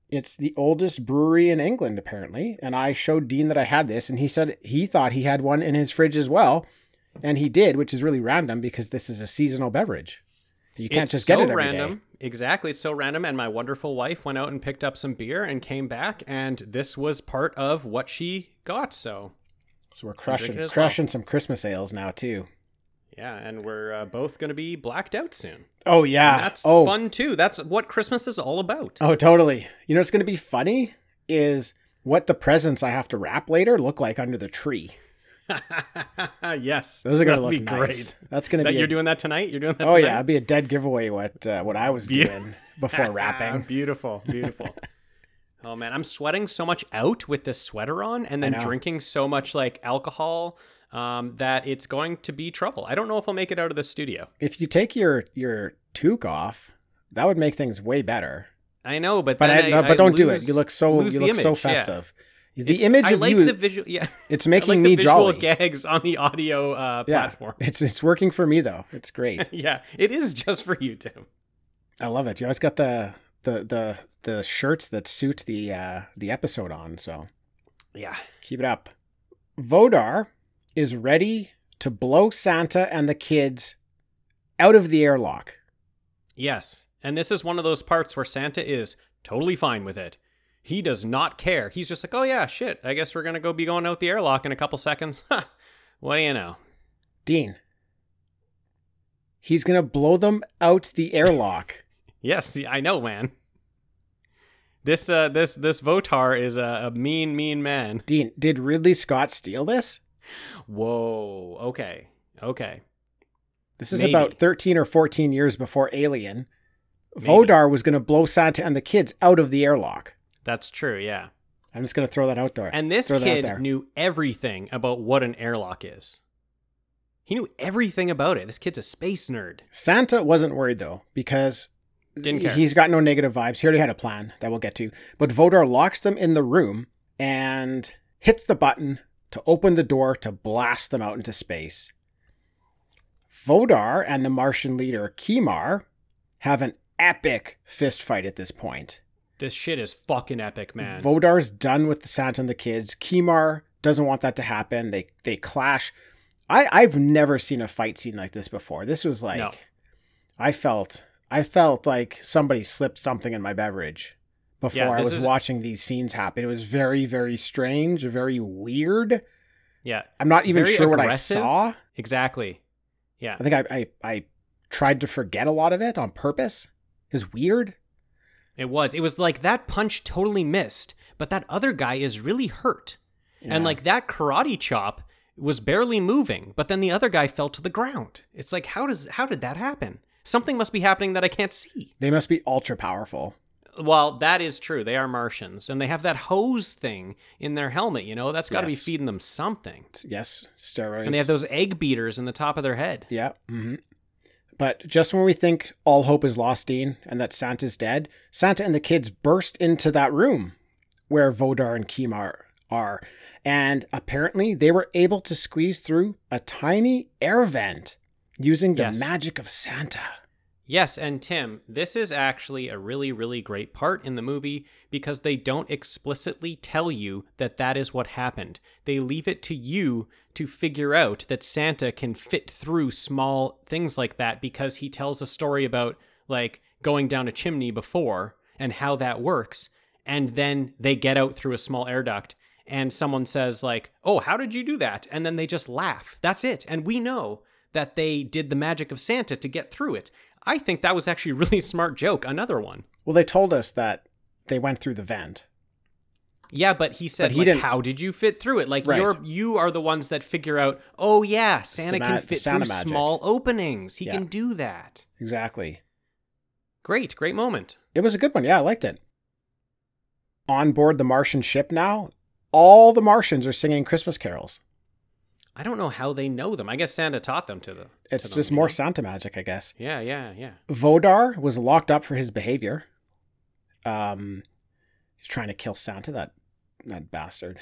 Speaker 2: It's the oldest brewery in England, apparently. And I showed Dean that I had this, and he said he thought he had one in his fridge as well. And he did, which is really random because this is a seasonal beverage. You can't
Speaker 4: It's
Speaker 2: just get
Speaker 4: so
Speaker 2: it every day.
Speaker 4: random. Exactly, it's so random. And my wonderful wife went out and picked up some beer and came back, and this was part of what she got. So,
Speaker 2: So we're
Speaker 4: drinking
Speaker 2: crushing
Speaker 4: it as well.
Speaker 2: crushing some Christmas ales now too.
Speaker 4: yeah, and we're uh, both going to be blacked out soon.
Speaker 2: Oh yeah.
Speaker 4: And that's
Speaker 2: oh,
Speaker 4: fun too. That's what Christmas is all about.
Speaker 2: Oh, totally. You know what's going to be funny is what the presents I have to wrap later look like under the tree.
Speaker 4: yes,
Speaker 2: Those are going to
Speaker 4: that'd
Speaker 2: look
Speaker 4: be
Speaker 2: nice.
Speaker 4: great.
Speaker 2: That's going to
Speaker 4: That
Speaker 2: be.
Speaker 4: you're
Speaker 2: a,
Speaker 4: doing that tonight. You're doing that.
Speaker 2: oh
Speaker 4: tonight?
Speaker 2: yeah, it'd be a dead giveaway what uh, what I was
Speaker 4: Be-
Speaker 2: doing before wrapping.
Speaker 4: beautiful, beautiful. oh man, I'm sweating so much out with this sweater on, and then
Speaker 2: know.
Speaker 4: drinking so much like alcohol um, that it's going to be trouble. I don't know if I'll make it out of the studio.
Speaker 2: If you take your your toque off, that would make things way better.
Speaker 4: I know, but
Speaker 2: But I,
Speaker 4: then
Speaker 2: no, but
Speaker 4: I
Speaker 2: don't do it.
Speaker 4: lose-
Speaker 2: You look so
Speaker 4: lose
Speaker 2: you
Speaker 4: the
Speaker 2: look so
Speaker 4: image, yeah.
Speaker 2: festive. The
Speaker 4: It's-
Speaker 2: image
Speaker 4: I
Speaker 2: of
Speaker 4: like
Speaker 2: you
Speaker 4: the visual. Yeah,
Speaker 2: it's
Speaker 4: I like
Speaker 2: making
Speaker 4: the
Speaker 2: me
Speaker 4: visual
Speaker 2: jolly.
Speaker 4: gags on the audio uh,
Speaker 2: Yeah.
Speaker 4: platform.
Speaker 2: It's it's working for me though. It's great.
Speaker 4: yeah, it is just for you, Tim.
Speaker 2: I love it. You always got the the the the shirts that suit the uh the episode on, so
Speaker 4: Yeah.
Speaker 2: Keep it up. Vodar is ready to blow Santa and the kids out of the airlock.
Speaker 4: Yes. And this is one of those parts where Santa is totally fine with it. He does not care. He's just like, oh, yeah, shit. I guess we're going to go be going out the airlock in a couple seconds. Ha! what do you know?
Speaker 2: Dean. He's going to blow them out the airlock.
Speaker 4: Yes, I know, man. This, uh, this, this Votar is a, a mean, mean man.
Speaker 2: Dean, did Ridley Scott steal this?
Speaker 4: Whoa. Okay. Okay.
Speaker 2: This is
Speaker 4: Maybe.
Speaker 2: about 13 or 14 years before Alien.
Speaker 4: Maybe.
Speaker 2: Vodar was going to blow Santa and the kids out of the airlock.
Speaker 4: That's true. Yeah.
Speaker 2: I'm just going to throw that out there.
Speaker 4: And this
Speaker 2: Throw that out
Speaker 4: kid
Speaker 2: there.
Speaker 4: knew everything about what an airlock is. He knew everything about it. This kid's a space nerd.
Speaker 2: Santa wasn't worried though because
Speaker 4: Didn't care.
Speaker 2: he's got no negative vibes. He already had a plan that we'll get to. But Vodar locks them in the room and hits the button to open the door to blast them out into space. Vodar and the Martian leader Kimar have an epic fist fight at this point.
Speaker 4: This shit is fucking epic, man.
Speaker 2: Vodar's done with the Santa and the kids. Kimar doesn't want that to happen. They they clash. I I've never seen a fight scene like this before. This was like
Speaker 4: No.
Speaker 2: I felt I felt like somebody slipped something in my beverage before
Speaker 4: Yeah,
Speaker 2: I
Speaker 4: this
Speaker 2: was
Speaker 4: is-
Speaker 2: watching these scenes happen. It was very very strange, very weird.
Speaker 4: Yeah.
Speaker 2: I'm not even
Speaker 4: Very
Speaker 2: sure
Speaker 4: aggressive.
Speaker 2: what I saw.
Speaker 4: Exactly. Yeah.
Speaker 2: I think I, I I tried to forget a lot of it on purpose. It's weird.
Speaker 4: It was. It was like that punch totally missed, but that other guy is really hurt.
Speaker 2: Yeah.
Speaker 4: And like that karate chop was barely moving, but then the other guy fell to the ground. It's like how does how did that happen? Something must be happening that I can't see.
Speaker 2: They must be ultra powerful.
Speaker 4: Well, that is true. They are Martians, and they have that hose thing in their helmet. You know, that's got to
Speaker 2: Yes.
Speaker 4: be feeding them something.
Speaker 2: Yes, steroids.
Speaker 4: And they have those egg beaters in the top of their head.
Speaker 2: Yeah. hmm But just when we think all hope is lost, Dean, and that Santa's dead, Santa and the kids burst into that room where Vodar and Kimar are. And apparently, they were able to squeeze through a tiny air vent using the
Speaker 4: Yes.
Speaker 2: magic of Santa.
Speaker 4: Yes, and Tim, this is actually a really, really great part in the movie because they don't explicitly tell you that that is what happened. They leave it to you to figure out that Santa can fit through small things like that because he tells a story about, like, going down a chimney before and how that works. And then they get out through a small air duct and someone says, like, oh, how did you do that? And then they just laugh. That's it. And we know that they did the magic of Santa to get through it. I think that was actually a really smart joke. Another one.
Speaker 2: Well, they told us that they went through the vent.
Speaker 4: Yeah, but he said,
Speaker 2: But he
Speaker 4: like,
Speaker 2: didn't-
Speaker 4: how did you fit through it? Like
Speaker 2: Right.
Speaker 4: you're you are the ones that figure out, oh yeah, Santa
Speaker 2: ma-
Speaker 4: can
Speaker 2: the
Speaker 4: fit
Speaker 2: Santa
Speaker 4: through
Speaker 2: magic."
Speaker 4: small openings. He
Speaker 2: Yeah.
Speaker 4: can do that.
Speaker 2: Exactly.
Speaker 4: Great, great moment.
Speaker 2: It was a good one. Yeah, I liked it. On board the Martian ship now, all the Martians are singing Christmas carols.
Speaker 4: I don't know how they know them. I guess Santa taught them to the.
Speaker 2: It's
Speaker 4: to them,
Speaker 2: just
Speaker 4: you
Speaker 2: more
Speaker 4: know?
Speaker 2: Santa magic, I guess.
Speaker 4: Yeah, yeah, yeah.
Speaker 2: Vodar was locked up for his behavior. Um, he's trying to kill Santa, that that bastard.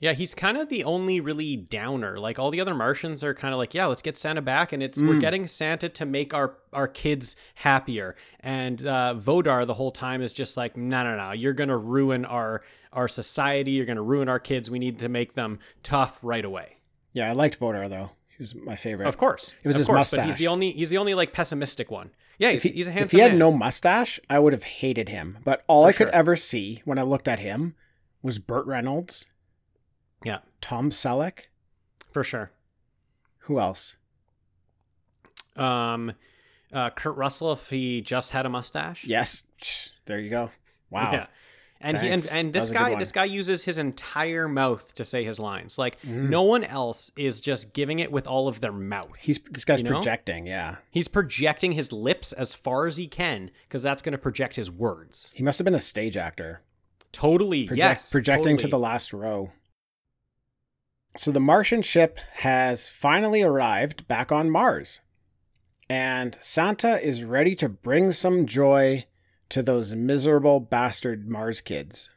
Speaker 4: Yeah, he's kind of the only really downer. Like all the other Martians are kind of like, yeah, let's get Santa back, and it's
Speaker 2: Mm.
Speaker 4: we're getting Santa to make our our kids happier. And uh, Vodar the whole time is just like, no, no, no, you're gonna ruin our our society. You're gonna ruin our kids. We need to make them tough right away.
Speaker 2: Yeah, I liked Vodar though. He was my favorite.
Speaker 4: Of course,
Speaker 2: It was
Speaker 4: of
Speaker 2: his
Speaker 4: course, But he's
Speaker 2: mustache.
Speaker 4: the only he's the only like pessimistic one. Yeah, he's,
Speaker 2: If he,
Speaker 4: he's a
Speaker 2: if
Speaker 4: handsome.
Speaker 2: he had
Speaker 4: man.
Speaker 2: no mustache, I would have hated him. But all
Speaker 4: For
Speaker 2: I could
Speaker 4: sure.
Speaker 2: ever see when I looked at him was Burt Reynolds,
Speaker 4: yeah,
Speaker 2: Tom Selleck.
Speaker 4: for sure.
Speaker 2: Who else?
Speaker 4: Um, uh, Kurt Russell, if he just had a mustache,
Speaker 2: Yes, there you go. Wow.
Speaker 4: Yeah. And he and,
Speaker 2: Thanks.
Speaker 4: and
Speaker 2: That
Speaker 4: this
Speaker 2: was a good
Speaker 4: guy
Speaker 2: one.
Speaker 4: this guy uses his entire mouth to say his lines. Like
Speaker 2: Mm.
Speaker 4: no one else is just giving it with all of their mouth.
Speaker 2: He's this guy's
Speaker 4: You know?
Speaker 2: projecting. Yeah,
Speaker 4: He's projecting his lips as far as he can because that's going to project his words.
Speaker 2: he must have been a stage actor.
Speaker 4: Totally.
Speaker 2: Project,
Speaker 4: yes.
Speaker 2: projecting to
Speaker 4: totally.
Speaker 2: the last row. So the Martian ship has finally arrived back on Mars. And Santa is ready to bring some joy to those miserable bastard Mars kids.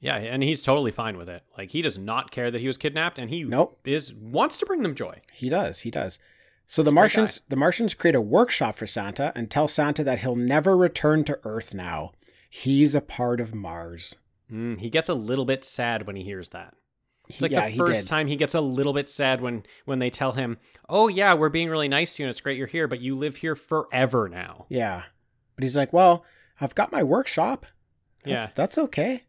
Speaker 4: Yeah, and he's totally fine with it. Like he does not care that he was kidnapped and he
Speaker 2: Nope.
Speaker 4: is wants to bring them joy.
Speaker 2: He does, he does. So the
Speaker 4: Great
Speaker 2: Martians
Speaker 4: guy.
Speaker 2: the Martians create a workshop for Santa and tell Santa that he'll never return to Earth now. He's a part of Mars.
Speaker 4: Mm, he gets a little bit sad when he hears that. It's
Speaker 2: He-
Speaker 4: like
Speaker 2: yeah,
Speaker 4: the
Speaker 2: he
Speaker 4: first
Speaker 2: did.
Speaker 4: time he gets a little bit sad when when they tell him, "Oh yeah, we're being really nice to you and it's great you're here, but you live here forever now."
Speaker 2: Yeah. But he's like, Well, I've got my workshop. That's,
Speaker 4: Yeah.
Speaker 2: that's okay.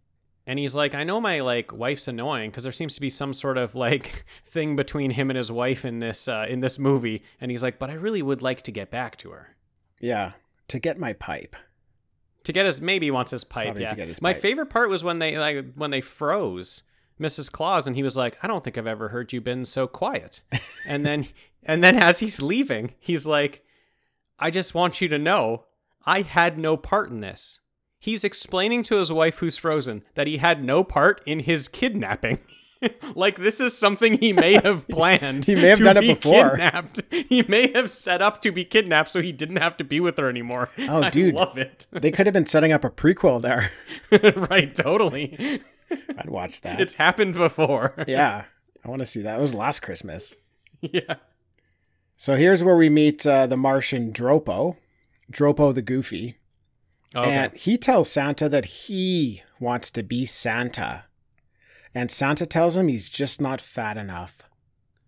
Speaker 4: And he's like, "I know my like wife's annoying because there seems to be some sort of like thing between him and his wife in this uh, in this movie." And he's like, "But I really would like to get back to her."
Speaker 2: Yeah. To get my pipe.
Speaker 4: To get his maybe he wants his pipe,
Speaker 2: Probably to
Speaker 4: yeah.
Speaker 2: get his
Speaker 4: My
Speaker 2: pipe.
Speaker 4: favorite part was when they like when they froze Mrs. Claus and he was like, I don't think I've ever heard you been so quiet. and then and then as he's leaving, he's like, I just want you to know I had no part in this. He's explaining to his wife who's frozen that he had no part in his kidnapping. like this is something he may have planned.
Speaker 2: He may have
Speaker 4: to
Speaker 2: done it
Speaker 4: be
Speaker 2: before.
Speaker 4: Kidnapped. He may have set up to be kidnapped so he didn't have to be with her anymore.
Speaker 2: Oh,
Speaker 4: I
Speaker 2: dude.
Speaker 4: love it.
Speaker 2: They could have been setting up a prequel there.
Speaker 4: right, totally.
Speaker 2: I'd watch that.
Speaker 4: It's happened before.
Speaker 2: yeah, I want to see that. It was last Christmas.
Speaker 4: yeah.
Speaker 2: So here's where we meet uh, the Martian Dropo, Dropo the Goofy,
Speaker 4: Okay.
Speaker 2: and he tells Santa that he wants to be Santa, and Santa tells him he's just not fat enough.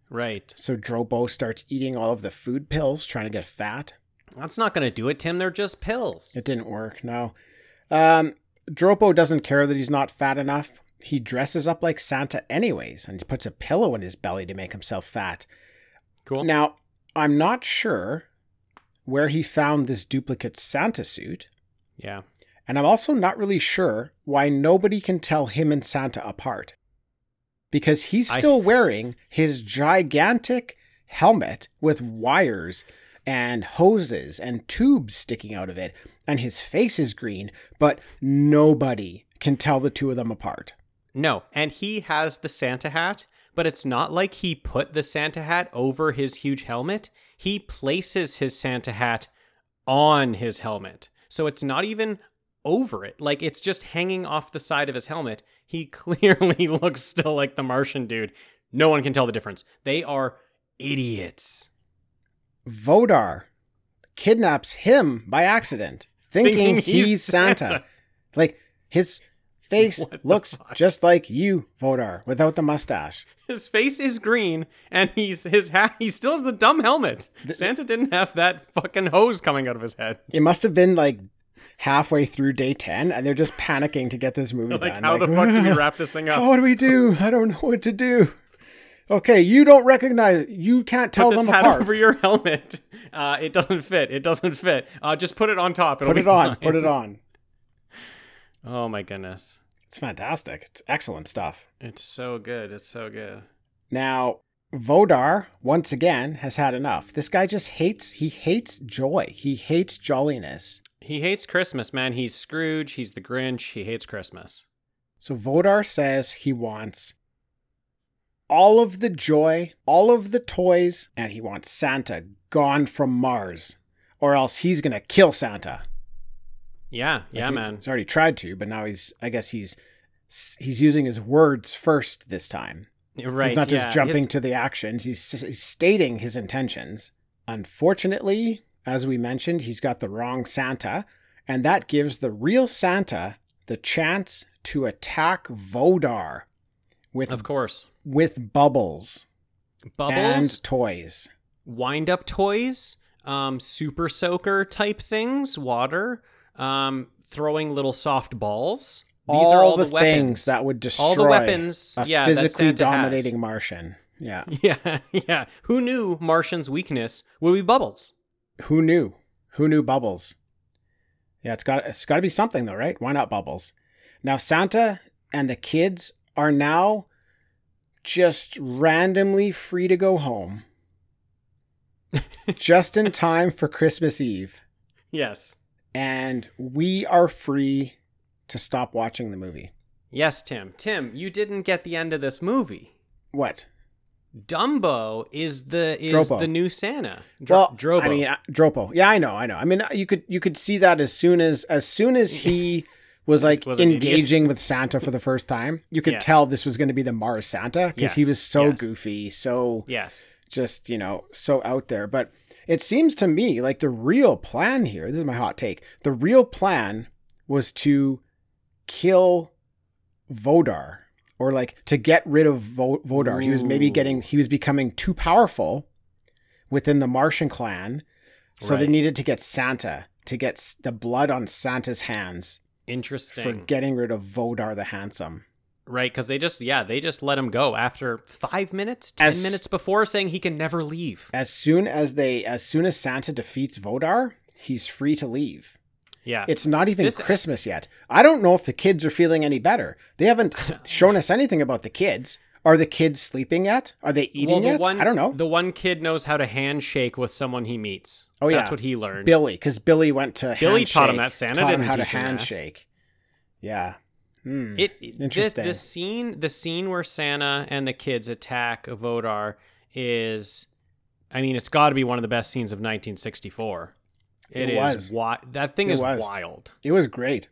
Speaker 4: right.
Speaker 2: So Dropo starts eating all of the food pills, trying to get fat.
Speaker 4: That's not going to do it, Tim. They're just pills.
Speaker 2: It didn't work. No. Um, Dropo doesn't care that he's not fat enough. He dresses up like Santa anyways, and he puts a pillow in his belly to make himself fat.
Speaker 4: cool.
Speaker 2: Now, I'm not sure where he found this duplicate Santa suit,
Speaker 4: yeah.
Speaker 2: and I'm also not really sure why nobody can tell him and Santa apart. Because he's
Speaker 4: I-
Speaker 2: still wearing his gigantic helmet with wires and hoses and tubes sticking out of it, and his face is green, but nobody can tell the two of them apart.
Speaker 4: No, and he has the Santa hat, but it's not like he put the Santa hat over his huge helmet. He places his Santa hat on his helmet. So it's not even over it. Like it's just hanging off the side of his helmet. He clearly looks still like the Martian dude. No one can tell the difference. They are idiots.
Speaker 2: Vodar kidnaps him by accident, thinking, he's, Santa. Like his face
Speaker 4: What the
Speaker 2: looks
Speaker 4: fuck?
Speaker 2: just like you, Vodar, without the mustache.
Speaker 4: His face is green and he's his hat he still has the dumb helmet. Santa didn't have that fucking hose coming out of his head.
Speaker 2: It must have been like halfway through day 10 and they're just panicking to get this movie
Speaker 4: Like
Speaker 2: done.
Speaker 4: how the fuck do we wrap this thing up?
Speaker 2: "Oh, what do we do? I don't know what to do. Okay, you don't recognize you can't tell
Speaker 4: put this
Speaker 2: them
Speaker 4: hat
Speaker 2: apart.
Speaker 4: over your helmet. Uh, it doesn't fit. It doesn't fit. Uh, just put it on top. It'll
Speaker 2: Put
Speaker 4: be
Speaker 2: it on.
Speaker 4: fine.
Speaker 2: Put it on.
Speaker 4: Oh my goodness,
Speaker 2: It's fantastic. It's excellent stuff.
Speaker 4: it's so good. It's so good.
Speaker 2: Now, Vodar, once again, has had enough. This guy just hates, he hates joy. He hates jolliness.
Speaker 4: He hates Christmas, man. He's Scrooge. He's the Grinch. He hates Christmas.
Speaker 2: So Vodar says he wants all of the joy, all of the toys, and he wants Santa gone from Mars, or else he's going to kill Santa.
Speaker 4: Yeah, yeah,
Speaker 2: Like,
Speaker 4: man.
Speaker 2: He's already tried to, but now he's, I guess he's. He's using his words first this time.
Speaker 4: Right.
Speaker 2: He's not just
Speaker 4: yeah.
Speaker 2: jumping
Speaker 4: His-
Speaker 2: to the actions. He's, s- he's stating his intentions. Unfortunately, as we mentioned, he's got the wrong Santa, and that gives the real Santa the chance to attack Vodar with
Speaker 4: Of course,
Speaker 2: with bubbles,
Speaker 4: bubbles,
Speaker 2: and toys.
Speaker 4: wind-up toys, um, super soaker type things, water, um, throwing little soft balls. These
Speaker 2: all
Speaker 4: are all
Speaker 2: the,
Speaker 4: the,
Speaker 2: things
Speaker 4: weapons.
Speaker 2: that would destroy
Speaker 4: all the weapons.
Speaker 2: a
Speaker 4: yeah, that
Speaker 2: physically
Speaker 4: Santa has.
Speaker 2: dominating Martian. Yeah,
Speaker 4: Yeah, yeah. Who knew Martian's weakness would be bubbles?
Speaker 2: who knew? Who knew bubbles? Yeah, it's got it's got to be something though, right? Why not bubbles? Now Santa and the kids are now just randomly free to go home. just in time for Christmas Eve.
Speaker 4: Yes.
Speaker 2: And we are free to stop watching the movie.
Speaker 4: Yes, Tim. Tim, you didn't get the end of this movie.
Speaker 2: What?
Speaker 4: Dumbo is the is
Speaker 2: Drobo.
Speaker 4: the new Santa.
Speaker 2: well,
Speaker 4: Drobo.
Speaker 2: I mean, uh, Dropo. Yeah, I know, I know. I mean, uh, you could you could see that as soon as as soon as he was like
Speaker 4: was an idiot.
Speaker 2: engaging with Santa for the first time, you could
Speaker 4: Yeah.
Speaker 2: tell this was going to be the Mars Santa because he
Speaker 4: Yes,
Speaker 2: was so
Speaker 4: yes.
Speaker 2: goofy, so
Speaker 4: yes.
Speaker 2: just you know, so out there. But it seems to me like the real plan here. This is my hot take. The real plan was to kill Vodar. Or like to get rid of Vo- Vodar, he was maybe
Speaker 4: Ooh.
Speaker 2: getting, he was becoming too powerful within the Martian clan. So they
Speaker 4: Right.
Speaker 2: needed to get Santa to get s- the blood on Santa's hands for
Speaker 4: Interesting.
Speaker 2: getting rid of Vodar the Handsome.
Speaker 4: Right, because they just yeah they just let him go after five minutes, ten
Speaker 2: As-
Speaker 4: minutes before saying he can never leave.
Speaker 2: As soon as they, as soon as Santa defeats Vodar, he's free to leave.
Speaker 4: Yeah.
Speaker 2: It's not even
Speaker 4: This-
Speaker 2: Christmas yet. I don't know if the kids are feeling any better. They haven't shown us anything about the kids. Are the kids sleeping yet? Are they eating
Speaker 4: the
Speaker 2: yet?
Speaker 4: One,
Speaker 2: I don't know.
Speaker 4: The one kid knows how to handshake with someone he meets.
Speaker 2: Oh,
Speaker 4: That's
Speaker 2: yeah.
Speaker 4: what he learned.
Speaker 2: Billy, because Billy went to
Speaker 4: Billy taught him
Speaker 2: handshake,
Speaker 4: that. Santa
Speaker 2: taught him
Speaker 4: didn't
Speaker 2: how to
Speaker 4: teach him that.
Speaker 2: handshake. Yeah. Hmm.
Speaker 4: It it-
Speaker 2: Interesting.
Speaker 4: The, the scene, the scene where Santa and the kids attack Vodar is, I mean, it's got to be one of the best scenes of 1964.
Speaker 2: It
Speaker 4: it is
Speaker 2: was.
Speaker 4: wi- that thing
Speaker 2: It
Speaker 4: is
Speaker 2: was.
Speaker 4: wild.
Speaker 2: It was great.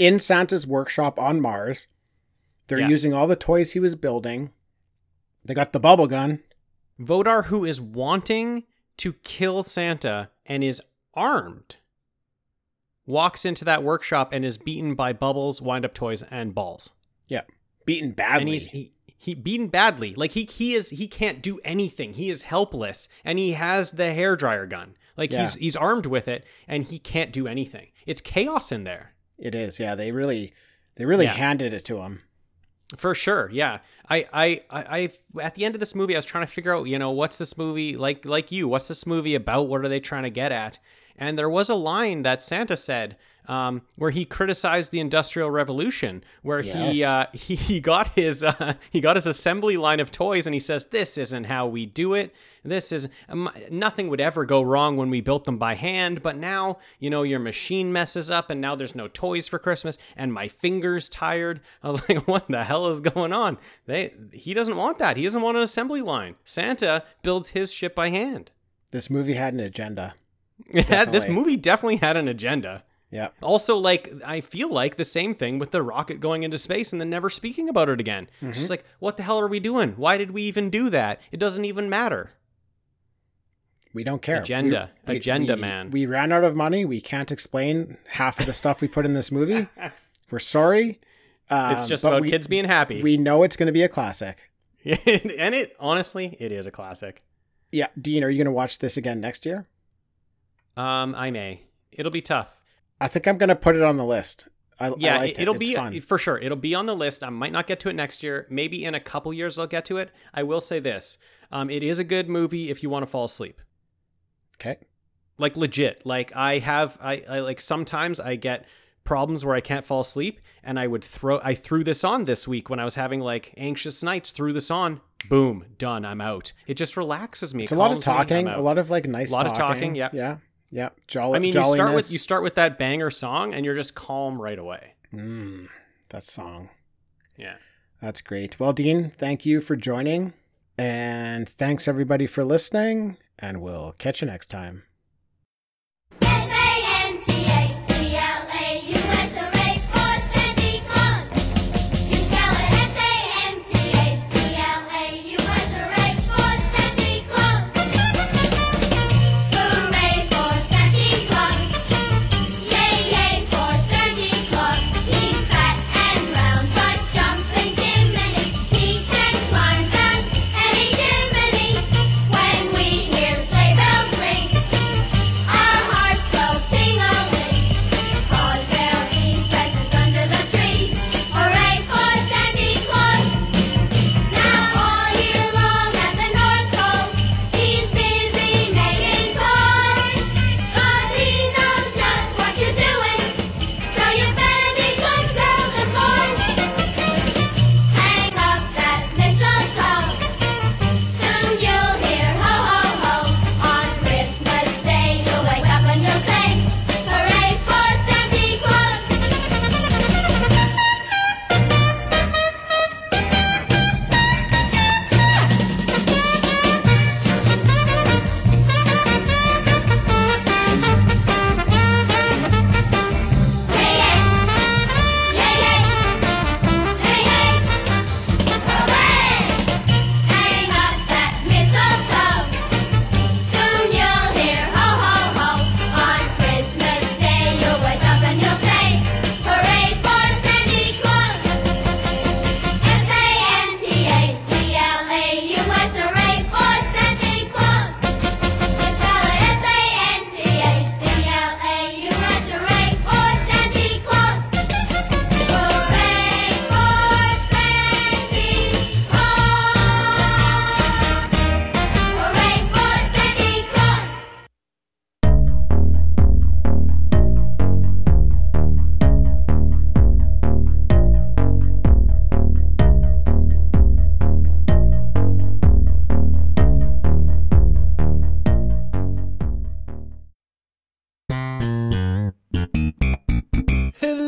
Speaker 2: In Santa's workshop on Mars, they're
Speaker 4: Yeah.
Speaker 2: using all the toys he was building. They got the bubble gun.
Speaker 4: Vodar, who is wanting to kill Santa and is armed, walks into that workshop and is beaten by bubbles, wind-up toys, and balls.
Speaker 2: Yeah. Beaten badly.
Speaker 4: and he's he, he beaten badly. Like he he is he can't do anything. He is helpless, and he has the hair dryer gun. Like he's
Speaker 2: Yeah.
Speaker 4: he's armed with it, and he can't do anything. It's chaos in there
Speaker 2: it is. Yeah. They really, they really
Speaker 4: Yeah.
Speaker 2: handed it to him.
Speaker 4: for sure. Yeah, I I I I've, at the end of this movie, I was trying to figure out you know what's this movie like like you? What's this movie about? What are they trying to get at? And there was a line that Santa said um, where he criticized the Industrial Revolution, where he,
Speaker 2: Yes.
Speaker 4: uh, he he got his uh, he got his assembly line of toys, and he says, "This isn't how we do it. This is um, nothing would ever go wrong when we built them by hand, but now you know your machine messes up, and now there's no toys for Christmas, and my fingers tired." I was like, "What the hell is going on?" They he doesn't want that. He doesn't want an assembly line. Santa builds his ship by hand.
Speaker 2: This movie had an agenda.
Speaker 4: this
Speaker 2: Definitely.
Speaker 4: movie definitely had an agenda.
Speaker 2: Yep.
Speaker 4: Also, like, I feel like the same thing with the rocket going into space and then never speaking about it again. It's
Speaker 2: Mm-hmm.
Speaker 4: just like, what the hell are we doing? Why did we even do that? It doesn't even matter.
Speaker 2: We don't care.
Speaker 4: Agenda.
Speaker 2: We- we-
Speaker 4: Agenda,
Speaker 2: we-
Speaker 4: man.
Speaker 2: We ran out of money. We can't explain half of the stuff we put in this movie. We're sorry. Um,
Speaker 4: it's just
Speaker 2: but
Speaker 4: about
Speaker 2: we-
Speaker 4: kids being happy.
Speaker 2: We know it's going to be a classic.
Speaker 4: and it, honestly, it is a classic.
Speaker 2: Yeah, Dean, are you going to watch this again next year?
Speaker 4: Um, I may. It'll be tough.
Speaker 2: I think I'm going to put it on the list. I,
Speaker 4: Yeah,
Speaker 2: I liked
Speaker 4: it, will
Speaker 2: It's
Speaker 4: be
Speaker 2: fun.
Speaker 4: for sure. It'll be on the list. I might not get to it next year. Maybe in a couple years I'll get to it. I will say this: um, it is a good movie if you want to fall asleep.
Speaker 2: okay.
Speaker 4: like legit like i have I, I like sometimes i get problems where i can't fall asleep and i would throw i threw this on this week when i was having like anxious nights threw this on boom done i'm out it just relaxes me
Speaker 2: It's a lot of
Speaker 4: calms me, I'm
Speaker 2: talking,
Speaker 4: out.
Speaker 2: a lot of like nice,
Speaker 4: Lot of talking, yep.
Speaker 2: yeah, yeah. Jolly.
Speaker 4: i mean you start with you start with that banger song and you're just calm right away
Speaker 2: Mm, that song.
Speaker 4: yeah
Speaker 2: That's great. Well, Dean, thank you for joining, and thanks everybody for listening. And we'll catch you next time.
Speaker 5: S-A-N-T-A-C-L-A-U-S-A-R-A for Santa Claus. You spell it S-A-N-T-A-C-L-A-U-S-A-R-A for Santa Claus. Hooray for Santa Claus. Yay, yay for Santa Claus. He's fat and round, but jumping chimney. He can climb down any chimney. When we hear sleigh bells ring, our hearts go ting-a-ling. 'Cause there'll be presents under the tree. Hooray for Santa Claus. Now all year long at the North Pole, he's busy making toys. 'Cause he knows just what you're doing, so you better be good girls and boys. Hang up that mistletoe. Soon you'll hear ho ho ho. On Christmas Day you'll wake up and you'll say, "Hooray for Santa Claus!" Hey hey, yay yay, hey hey, hooray! Hang up that mistletoe. Soon you'll hear ho ho ho. On Christmas Day you'll wake up and you'll say, "Hooray for Santa Claus!" S A N T A C L A U S, hooray for Santa Claus! It's spelled S A N T A C L A U S, hooray for Santa Claus! Hooray for Santa Claus! Hooray for Santa Claus!